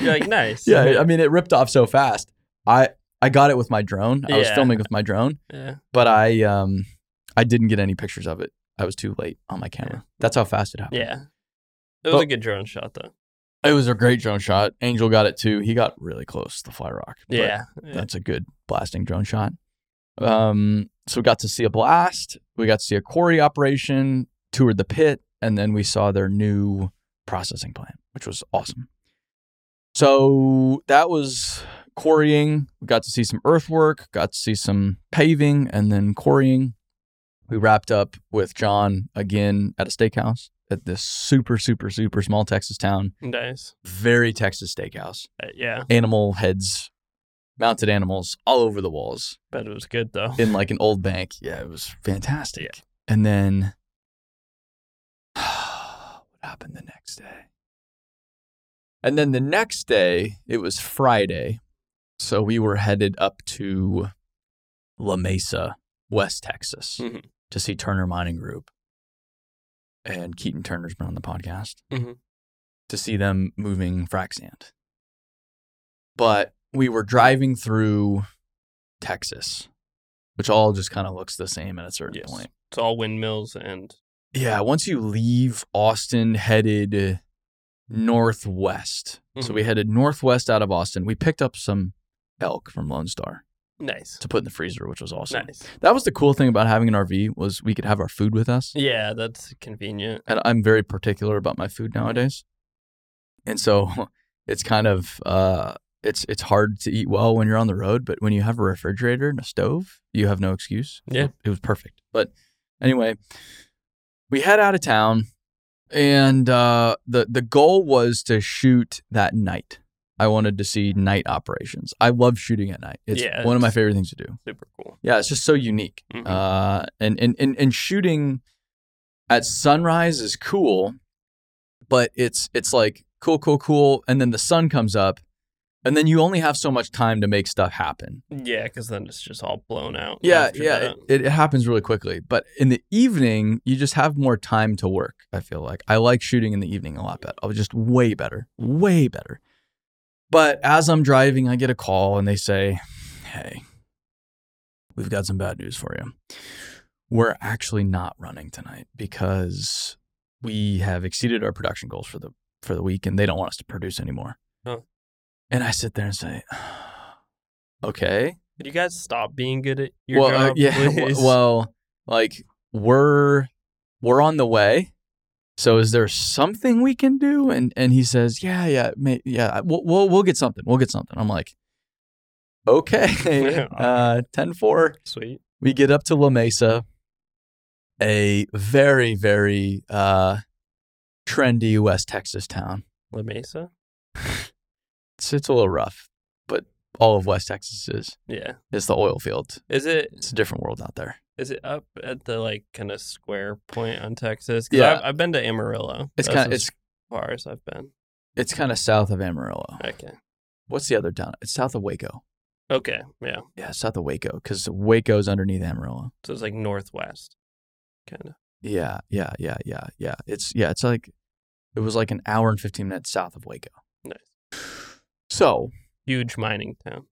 Speaker 1: You're like nice.
Speaker 2: yeah, I mean, it ripped off so fast. I I got it with my drone. I was
Speaker 1: Yeah.
Speaker 2: filming with my drone,
Speaker 1: yeah.
Speaker 2: but I um I didn't get any pictures of it. I was too late on my camera. That's how fast it happened.
Speaker 1: Yeah. It was
Speaker 2: Oh.
Speaker 1: a good drone shot though.
Speaker 2: It was a great drone shot. Angel got it too. He got really close to the fly rock. but
Speaker 1: Yeah. yeah.
Speaker 2: That's a good blasting drone shot. Um, so we got to see a blast. We got to see a quarry operation, toured the pit, and then we saw their new processing plant, which was awesome. So that was quarrying. We got to see some earthwork, got to see some paving, and then quarrying. We wrapped up with John again at a steakhouse at this super, super, super small Texas town,
Speaker 1: Nice.
Speaker 2: very Texas steakhouse.
Speaker 1: Uh, yeah.
Speaker 2: Animal heads, mounted animals all over the walls
Speaker 1: But it was good though.
Speaker 2: in like an old bank. Yeah, it was fantastic. And then what happened the next day? And then the next day, it was Friday. So we were headed up to La Mesa, West Texas,
Speaker 1: Mhm.
Speaker 2: to see Turner Mining Group. And Keaton Turner's been on the podcast
Speaker 1: Mhm.
Speaker 2: to see them moving frac sand. But we were driving through Texas, which all just kind of looks the same at a certain
Speaker 1: Yes.
Speaker 2: point.
Speaker 1: It's all windmills and
Speaker 2: Yeah, once you leave Austin, headed northwest. So
Speaker 1: Mhm.
Speaker 2: we headed northwest out of Austin. We picked up some elk from Lone Star
Speaker 1: nice.
Speaker 2: to put in the freezer, which was awesome.
Speaker 1: Nice.
Speaker 2: That was the cool thing about having an RV was we could have our food with us.
Speaker 1: Yeah, that's convenient.
Speaker 2: And I'm very particular about my food nowadays. And so it's kind of uh it's it's hard to eat well when you're on the road, but when you have a refrigerator and a stove, you have no excuse.
Speaker 1: Yeah.
Speaker 2: It was perfect. But anyway, we head out of town and uh the the goal was to shoot that night. I wanted to see night operations. I love shooting at night. It's
Speaker 1: Yeah,
Speaker 2: one of my
Speaker 1: it's-
Speaker 2: favorite things to do.
Speaker 1: Super cool.
Speaker 2: Yeah, it's just so unique.
Speaker 1: Mhm.
Speaker 2: Uh, and, and and and shooting at sunrise is cool, but it's it's like cool, cool, cool, and then the sun comes up, and then you only have so much time to make stuff happen.
Speaker 1: Yeah, because then it's just all blown out.
Speaker 2: Yeah,
Speaker 1: after
Speaker 2: yeah,
Speaker 1: that.
Speaker 2: it, it, it happens really quickly. But in the evening, you just have more time to work. I feel like I like shooting in the evening a lot better. I was just way better, way better. But as I'm driving, I get a call and they say, "Hey, we've got some bad news for you. We're actually not running tonight because we have exceeded our production goals for the for the week, and they don't want us to produce anymore."
Speaker 1: Huh.
Speaker 2: And I sit there and say, "Okay."
Speaker 1: Could you guys stop being good at your
Speaker 2: well, uh,
Speaker 1: job?
Speaker 2: yeah. w-
Speaker 1: please?
Speaker 2: Well, like we're we're on the way. So is there something we can do? And and he says, yeah, yeah, may, yeah. We'll, we'll we'll get something. We'll get something. I'm like, okay. uh, ten four
Speaker 1: sweet.
Speaker 2: we get up to La Mesa, a very, very uh, trendy West Texas town.
Speaker 1: La Mesa.
Speaker 2: It's, it's a little rough, but all of West Texas is.
Speaker 1: Yeah.
Speaker 2: It's the oil field.
Speaker 1: Is it
Speaker 2: It's a different world out there.
Speaker 1: is it up at the like kind of square point on Texas? 'Cause
Speaker 2: Yeah.
Speaker 1: I've, I've been to Amarillo.
Speaker 2: It's
Speaker 1: That's
Speaker 2: kind of
Speaker 1: as
Speaker 2: it's
Speaker 1: far as I've been.
Speaker 2: it's kind of south of Amarillo.
Speaker 1: Okay.
Speaker 2: What's the other town? It's south of Waco.
Speaker 1: Okay. Yeah.
Speaker 2: Yeah, south of Waco because Waco's underneath Amarillo.
Speaker 1: So it's like northwest, kind of.
Speaker 2: Yeah, yeah, yeah, yeah, yeah. It's yeah, it's like it was like an hour and fifteen minutes south of Waco.
Speaker 1: Nice.
Speaker 2: So
Speaker 1: Huge mining town.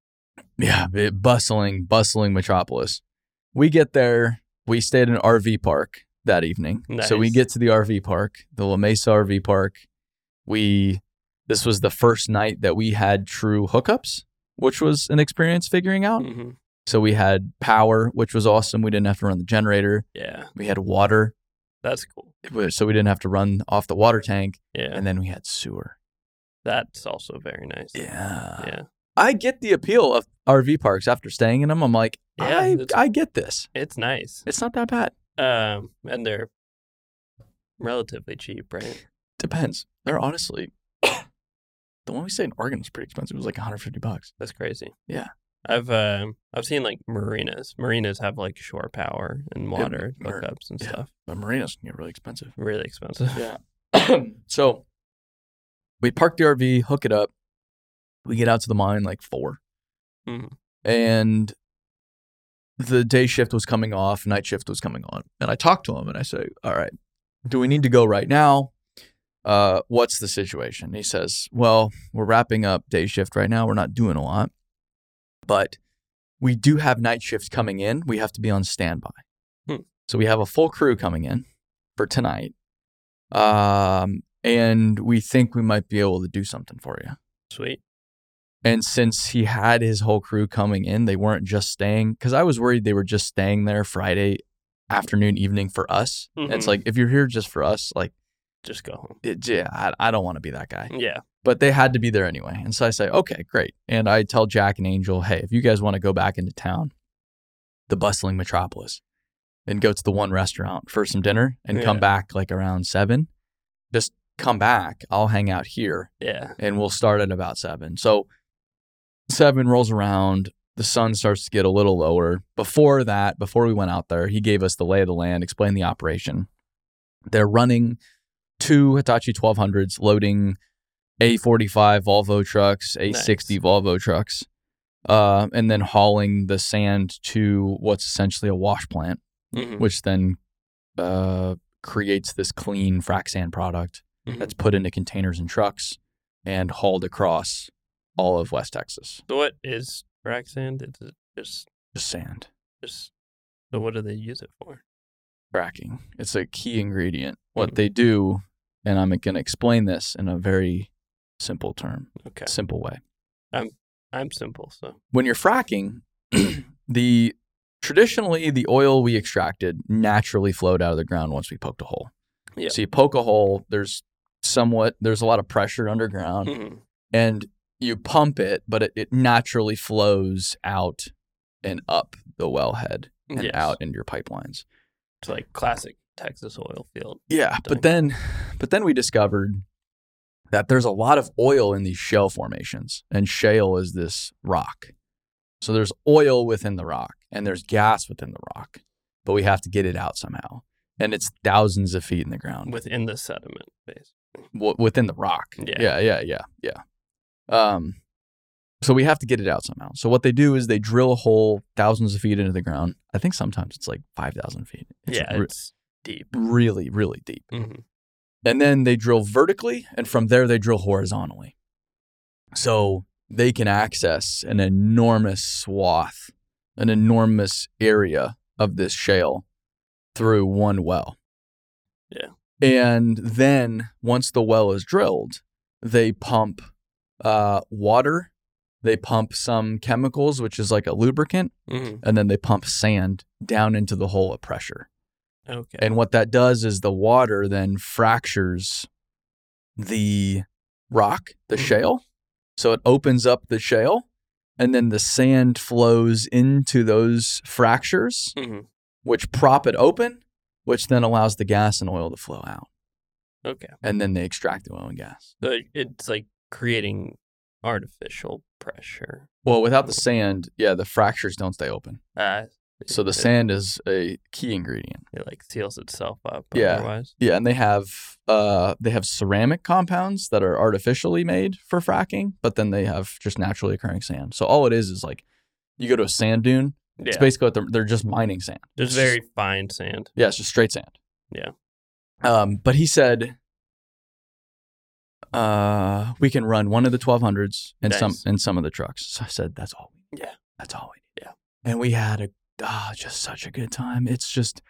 Speaker 2: yeah, bi- bustling, bustling metropolis. We get there. We stayed in an RV park that evening. So we
Speaker 1: Nice.
Speaker 2: get to the RV park, the La Mesa RV park. We this was the first night that we had true hookups, which was an experience figuring out.
Speaker 1: hmm
Speaker 2: So we had power, which was awesome. We didn't have to run the generator.
Speaker 1: Yeah.
Speaker 2: We had water,
Speaker 1: That's cool.
Speaker 2: it was- so we didn't have to run off the water tank.
Speaker 1: Yeah.
Speaker 2: And then we had sewer.
Speaker 1: That's also very nice.
Speaker 2: Yeah.
Speaker 1: Yeah.
Speaker 2: I get the appeal of RV parks after staying in them. I'm like,
Speaker 1: Yeah,
Speaker 2: I,
Speaker 1: that's-
Speaker 2: I get this.
Speaker 1: It's nice.
Speaker 2: It's not that bad.
Speaker 1: Um, and they're relatively cheap, right?
Speaker 2: Depends. They're honestly, the one we stayed in Oregon was pretty expensive. It was like 150 bucks.
Speaker 1: That's crazy.
Speaker 2: Yeah.
Speaker 1: I've um I've seen like marinas. Marinas have like shore power and water
Speaker 2: mar-
Speaker 1: hookups and
Speaker 2: yeah.
Speaker 1: stuff.
Speaker 2: But marinas can get really expensive.
Speaker 1: Really expensive.
Speaker 2: Yeah. so we park the RV, hook it up. We get out to the mine like 4
Speaker 1: Mhm.
Speaker 2: And the day shift was coming off, night shift was coming on. And I talked to him and I say, All right, do we need to go right now? Uh, what's the situation? And he says, Well, we're wrapping up day shift right now. We're not doing a lot, but we do have night shift coming in. We have to be on standby.
Speaker 1: Hmm.
Speaker 2: So we have a full crew coming in for tonight. Um, and we think we might be able to do something for you.
Speaker 1: Sweet.
Speaker 2: And since he had his whole crew coming in, they weren't just staying because I was worried they were just staying there Friday afternoon, evening for us. And It's
Speaker 1: Mhm.
Speaker 2: like if you're here just for us, like
Speaker 1: Just go home.
Speaker 2: it, yeah, I, I don't want to be that guy.
Speaker 1: Yeah.
Speaker 2: But they had to be there anyway. And so I say, okay, great. And I tell Jack and Angel, hey, if you guys want to go back into town, the bustling metropolis, and go to the one restaurant for some dinner and come
Speaker 1: Yeah.
Speaker 2: back like around seven, just come back. I'll hang out here
Speaker 1: Yeah.
Speaker 2: and we'll start at about seven. So seven rolls around. The sun starts to get a little lower. Before that, before we went out there, he gave us the lay of the land, explained the operation. They're running two Hitachi 1200s, loading A45 Volvo trucks, A60
Speaker 1: Nice.
Speaker 2: Volvo trucks, uh, and then hauling the sand to what's essentially a wash plant,
Speaker 1: Mhm.
Speaker 2: which then uh, creates this clean frac sand product
Speaker 1: Mhm.
Speaker 2: that's put into containers and trucks and hauled across all of West Texas.
Speaker 1: So what is frac sand? It's a- just
Speaker 2: Just sand,
Speaker 1: just so what do they use it for?
Speaker 2: fracking. It's a key ingredient. What
Speaker 1: Mhm.
Speaker 2: they do, and I'm going to explain this in a very simple term,
Speaker 1: Okay.
Speaker 2: simple way.
Speaker 1: I'm simple, so
Speaker 2: When you're fracking, the traditionally the oil we extracted naturally flowed out of the ground once we poked a hole.
Speaker 1: Yeah.
Speaker 2: So you poke a hole, there's somewhat there's a lot of pressure underground.
Speaker 1: Mhm.
Speaker 2: and you pump it, but it, it naturally flows out and up the wellhead and
Speaker 1: Yes.
Speaker 2: out into your pipelines.
Speaker 1: it's like classic Texas oil field.
Speaker 2: Yeah,
Speaker 1: Dang.
Speaker 2: but then, but then we discovered that there's a lot of oil in these shale formations, and shale is this rock. So there's oil within the rock, and there's gas within the rock, but we have to get it out somehow, and it's thousands of feet in the ground.
Speaker 1: within the sediment base.
Speaker 2: w- within the rock.
Speaker 1: Yeah.
Speaker 2: yeah, yeah, yeah, yeah. Um, so we have to get it out somehow. So what they do is they drill a hole thousands of feet into the ground. I think sometimes it's like five thousand feet. It's
Speaker 1: yeah,
Speaker 2: re-
Speaker 1: it's deep.
Speaker 2: really, really deep.
Speaker 1: hmm
Speaker 2: And then they drill vertically, and from there they drill horizontally. So they can access an enormous swath, an enormous area of this shale through one well.
Speaker 1: Yeah.
Speaker 2: And then once the well is drilled, they pump uh, water, they pump some chemicals, which is like a lubricant,
Speaker 1: hmm
Speaker 2: and then they pump sand down into the hole at pressure.
Speaker 1: Okay.
Speaker 2: And what that does is the water then fractures the rock, the
Speaker 1: Mhm.
Speaker 2: shale. So it opens up the shale, and then the sand flows into those fractures,
Speaker 1: hmm
Speaker 2: which prop it open, which then allows the gas and oil to flow out.
Speaker 1: Okay.
Speaker 2: And then they extract the oil and gas.
Speaker 1: So it- it's like creating artificial pressure.
Speaker 2: Well, without the sand, yeah, the fractures don't stay open.
Speaker 1: Uh,
Speaker 2: So the
Speaker 1: it-
Speaker 2: sand is a key ingredient.
Speaker 1: it like seals itself up.
Speaker 2: Yeah.
Speaker 1: Otherwise.
Speaker 2: Yeah, and they have uh they have ceramic compounds that are artificially made for fracking, but then they have just naturally occurring sand. So all it is is like you go to a sand dune.
Speaker 1: Yeah.
Speaker 2: It's basically what they're, they're just mining sand.
Speaker 1: Just very fine sand.
Speaker 2: Yeah, it's just straight sand.
Speaker 1: Yeah.
Speaker 2: Um, but he said, uh, we can run one of the twelve hundreds and some
Speaker 1: Nice.
Speaker 2: and some of the trucks. So I said, that's all. we need.
Speaker 1: Yeah.
Speaker 2: that's all we need.
Speaker 1: Yeah.
Speaker 2: and we had a ah, just such a good time. It's just.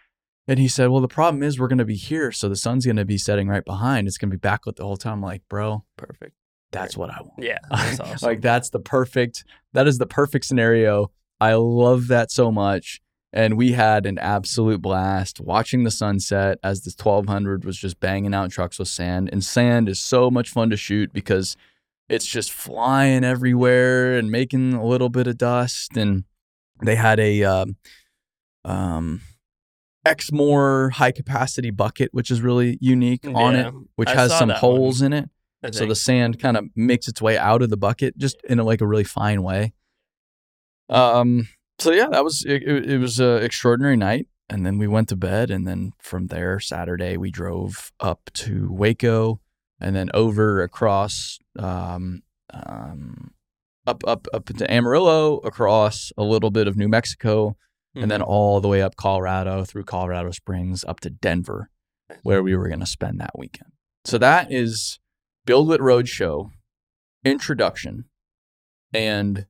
Speaker 2: And he said, "Well, the problem is we're going to be here, so the sun's going to be setting right behind. It's going to be backlit the whole time." I'm like, "Bro,
Speaker 1: Perfect.
Speaker 2: that's what I want."
Speaker 1: Yeah. That's awesome.
Speaker 2: like that's the perfect that is the perfect scenario. I love that so much. And we had an absolute blast watching the sunset as this 1200 was just banging out trucks with sand. And sand is so much fun to shoot because it's just flying everywhere and making a little bit of dust. And they had a um, um, Exmoor high capacity bucket, which is really unique on
Speaker 1: Mm, Yeah,
Speaker 2: it, which
Speaker 1: I
Speaker 2: has
Speaker 1: saw
Speaker 2: some
Speaker 1: that
Speaker 2: holes in it
Speaker 1: I
Speaker 2: so the
Speaker 1: think.
Speaker 2: sand kind of makes its way out of the bucket just in a, like a really fine way um so yeah that was it, it it was an extraordinary night and then we went to bed and then from there saturday we drove up to waco and then over across um um up up up to amarillo across a little bit of new mexico and
Speaker 1: Mm-hmm.
Speaker 2: then all the way up Colorado through Colorado Springs up to Denver, where we were going to spend that weekend. So that is Build It Roadshow introduction and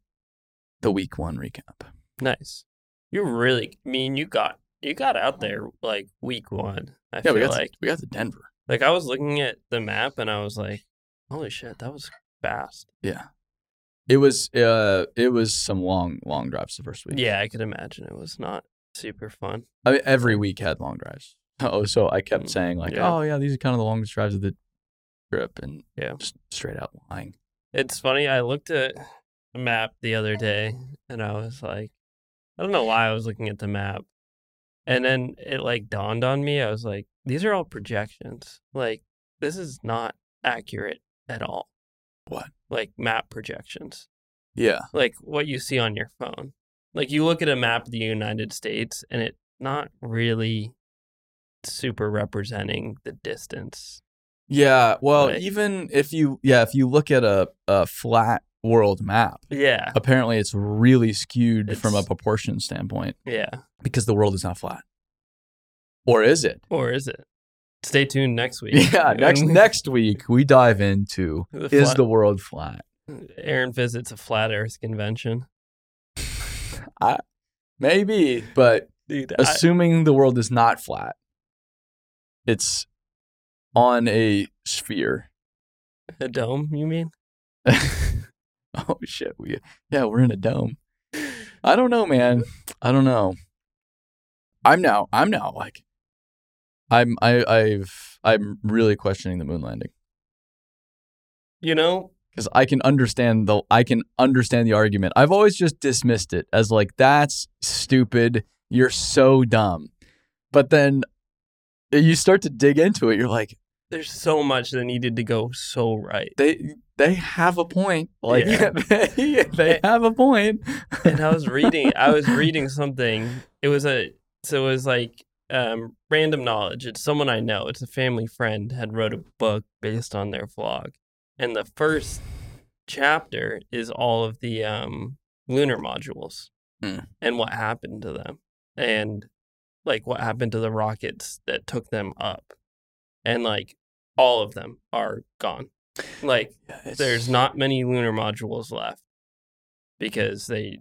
Speaker 2: the week one recap.
Speaker 1: Mm-hmm. nice. You really I mean you got you got out there like week one. I
Speaker 2: Yeah,
Speaker 1: feel
Speaker 2: we got, to,
Speaker 1: like
Speaker 2: we got to Denver.
Speaker 1: Like I was looking at the map and I was like, holy shit, that was fast.
Speaker 2: It was uh, it was some long long drives the first week.
Speaker 1: Yeah, I could imagine it was not super fun.
Speaker 2: I mean, every week had long drives. Oh, so I kept
Speaker 1: Mm,
Speaker 2: saying like,
Speaker 1: yeah.
Speaker 2: oh yeah, these are kind of the longest drives of the trip, and
Speaker 1: Yeah.
Speaker 2: just straight out lying.
Speaker 1: It's funny, I looked at a map the other day and I was like, I don't know why I was looking at the map. And then it like dawned on me. I was like, these are all projections. Like, this is not accurate at all.
Speaker 2: What?
Speaker 1: Like map projections.
Speaker 2: Yeah,
Speaker 1: like what you see on your phone. Like you look at a map of the United States and it's not really super representing the distance.
Speaker 2: yeah. Well,
Speaker 1: Right.
Speaker 2: even if you yeah, if you look at a a flat world map,
Speaker 1: Yeah.
Speaker 2: apparently it's really skewed from a
Speaker 1: It's-
Speaker 2: proportion standpoint
Speaker 1: Yeah.
Speaker 2: because the world is not flat, or is it?
Speaker 1: Or is it? Stay tuned next week.
Speaker 2: Yeah. Next next week we dive into
Speaker 1: The
Speaker 2: is
Speaker 1: flat-
Speaker 2: the world flat.
Speaker 1: Aaron visits a flat earth convention.
Speaker 2: Maybe, but
Speaker 1: Dude, I,
Speaker 2: assuming the world is not flat, it's on a sphere.
Speaker 1: a dome, you mean?
Speaker 2: oh shit! We yeah, we're in a dome. I don't know, man. I don't know. I'm now. I'm now like, I'm. I, I've. I'm really questioning the moon landing
Speaker 1: You know,
Speaker 2: because I can understand the. I can understand the argument. I've always just dismissed it as like that's stupid. You're so dumb. But then you start to dig into it. You're like,
Speaker 1: there's so much that needed to go so right.
Speaker 2: they they have a point. Like
Speaker 1: Yeah.
Speaker 2: they, they have a point.
Speaker 1: and I was reading I was reading something. It was a so it was like um random knowledge. It's someone I know. It's a family friend had wrote a book based on their vlog. And the first chapter is all of the um lunar modules
Speaker 2: Hmm.
Speaker 1: and what happened to them. And like what happened to the rockets that took them up. And like all of them are gone. Like there's not many lunar modules left because they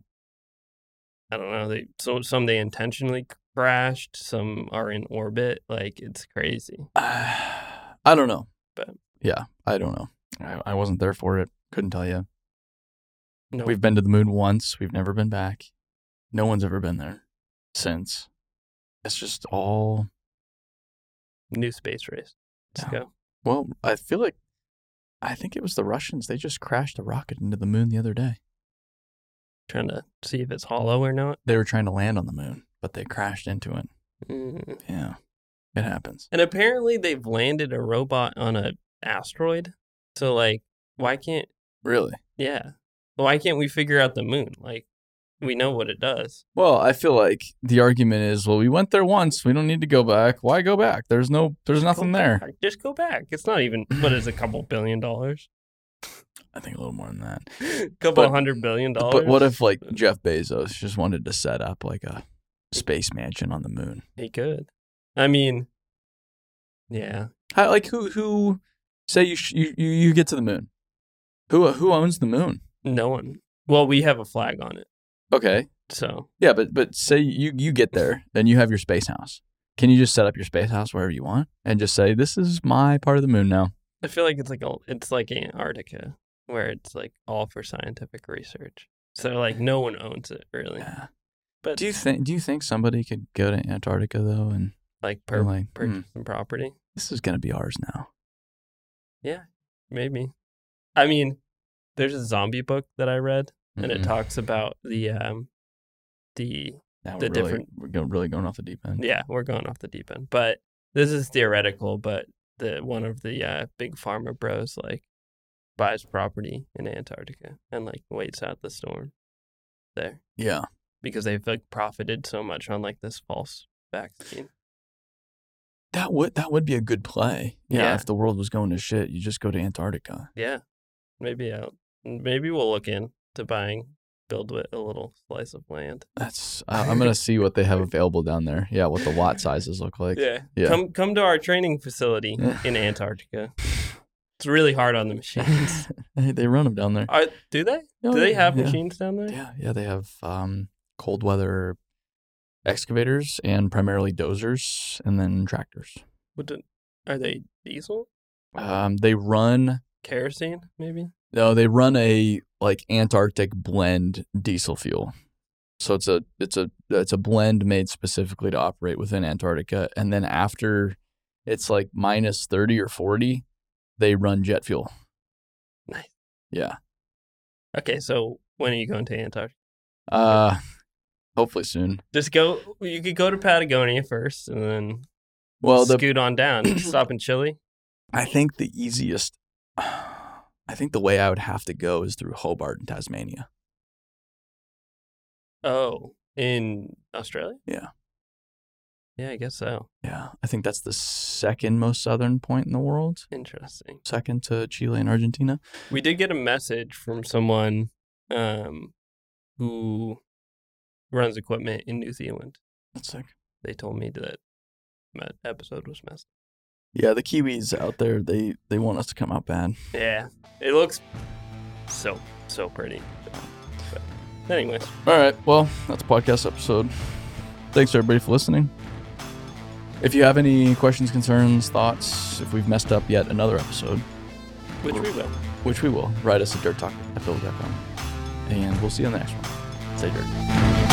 Speaker 1: i don't know they so some they intentionally crashed some are in orbit like it's crazy
Speaker 2: I don't know.
Speaker 1: But-
Speaker 2: yeah, I don't know. I, I wasn't there for it. Couldn't tell you.
Speaker 1: no
Speaker 2: We've been to the moon once. We've never been back. No one's ever been there since. It's just all
Speaker 1: new space race let's
Speaker 2: Yeah.
Speaker 1: go
Speaker 2: well. I feel like I think it was the Russians. They just crashed a rocket into the moon the other day.
Speaker 1: trying to see if it's hollow or not
Speaker 2: They were trying to land on the moon, but they crashed into it.
Speaker 1: Mm.
Speaker 2: Yeah, it happens.
Speaker 1: and apparently they've landed a robot on a asteroid so like why can't
Speaker 2: Really.
Speaker 1: yeah why can't we figure out the moon like we know what it does
Speaker 2: Well, I feel like the argument is, well, we went there once. We don't need to go back. Why go back? There's no, there's nothing
Speaker 1: Go
Speaker 2: there.
Speaker 1: back. just go back it's not even what is it, a couple billion dollars
Speaker 2: I think a little more than that.
Speaker 1: couple
Speaker 2: But-
Speaker 1: hundred billion dollars.
Speaker 2: But what if like Jeff Bezos just wanted to set up like a space mansion on the moon?
Speaker 1: he could? I mean, yeah,
Speaker 2: How, like who, who say you, sh- you, you, you get to the moon? Who, who owns the moon?
Speaker 1: no one. Well, we have a flag on it,
Speaker 2: Okay.
Speaker 1: so
Speaker 2: Yeah. But, but say you, you get there and you have your space house. Can you just set up your space house wherever you want and just say, this is my part of the moon now?
Speaker 1: I feel like it's like a, it's like Antarctica, where it's like all for scientific research. So like no one owns it really,
Speaker 2: Yeah.
Speaker 1: but
Speaker 2: Do you think, do you think somebody could go to Antarctica though and
Speaker 1: like
Speaker 2: be
Speaker 1: per-
Speaker 2: like, hmm.
Speaker 1: purchase some property,
Speaker 2: this is going to be ours now.
Speaker 1: maybe. I mean, there's a zombie book that I read, and it talks about the um, the
Speaker 2: now
Speaker 1: the
Speaker 2: we're really,
Speaker 1: different-
Speaker 2: We're go, really going off the deep end.
Speaker 1: Yeah, we're going off the deep end. But this is theoretical, but the one of the uh, big pharma bros like buys property in Antarctica and like waits out the storm there
Speaker 2: Yeah.
Speaker 1: because they've like profited so much on like this false vaccine.
Speaker 2: That would that would be a good play. Yeah,
Speaker 1: Yeah.
Speaker 2: If the world was going to shit, you just go to Antarctica.
Speaker 1: Yeah. Maybe I'll maybe we'll look into buying build with a little slice of land.
Speaker 2: That's I I'm gonna see what they have available down there. Yeah, what the lot sizes look like.
Speaker 1: yeah.
Speaker 2: yeah.
Speaker 1: Come come to our training facility in Antarctica. It's really hard on the machines.
Speaker 2: They- they run them down there.
Speaker 1: Are do they?
Speaker 2: Oh,
Speaker 1: Uh, Do they
Speaker 2: yeah,
Speaker 1: have
Speaker 2: yeah.
Speaker 1: machines down there?
Speaker 2: Yeah, yeah. They have um, cold weather excavators and primarily dozers and then tractors.
Speaker 1: What do, are they diesel,
Speaker 2: Um, they run
Speaker 1: kerosene, maybe.
Speaker 2: no, they run a like Antarctic blend diesel fuel. So it's a it's a it's a blend made specifically to operate within Antarctica. And then after it's like minus thirty or forty, they run jet fuel.
Speaker 1: Nice.
Speaker 2: Yeah.
Speaker 1: Okay, so when are you going to Antarctica?
Speaker 2: Uh hopefully soon.
Speaker 1: Just go. You could go to Patagonia first, and then
Speaker 2: Well the
Speaker 1: scoot on down. Stop in Chile.
Speaker 2: I think the easiest I think the way I would have to go is through Hobart and Tasmania.
Speaker 1: Oh, in Australia?
Speaker 2: Yeah.
Speaker 1: Yeah, I guess so.
Speaker 2: Yeah. I think that's the second most southern point in the world.
Speaker 1: Interesting.
Speaker 2: Second to Chile and Argentina.
Speaker 1: We did get a message from someone um, who runs equipment in New Zealand.
Speaker 2: That's sick.
Speaker 1: They told me that that episode was messed.
Speaker 2: Yeah, the Kiwis out there, they they want us to come out bad.
Speaker 1: Yeah, it looks so so pretty. But anyways,
Speaker 2: All right. Well, that's a podcast episode. Thanks everybody for listening. If you have any questions, concerns, thoughts, if we've messed up yet another episode,
Speaker 1: which we will.
Speaker 2: which we will, write us at dirttalk at phil.com. And we'll see you on the next one. Stay dirty.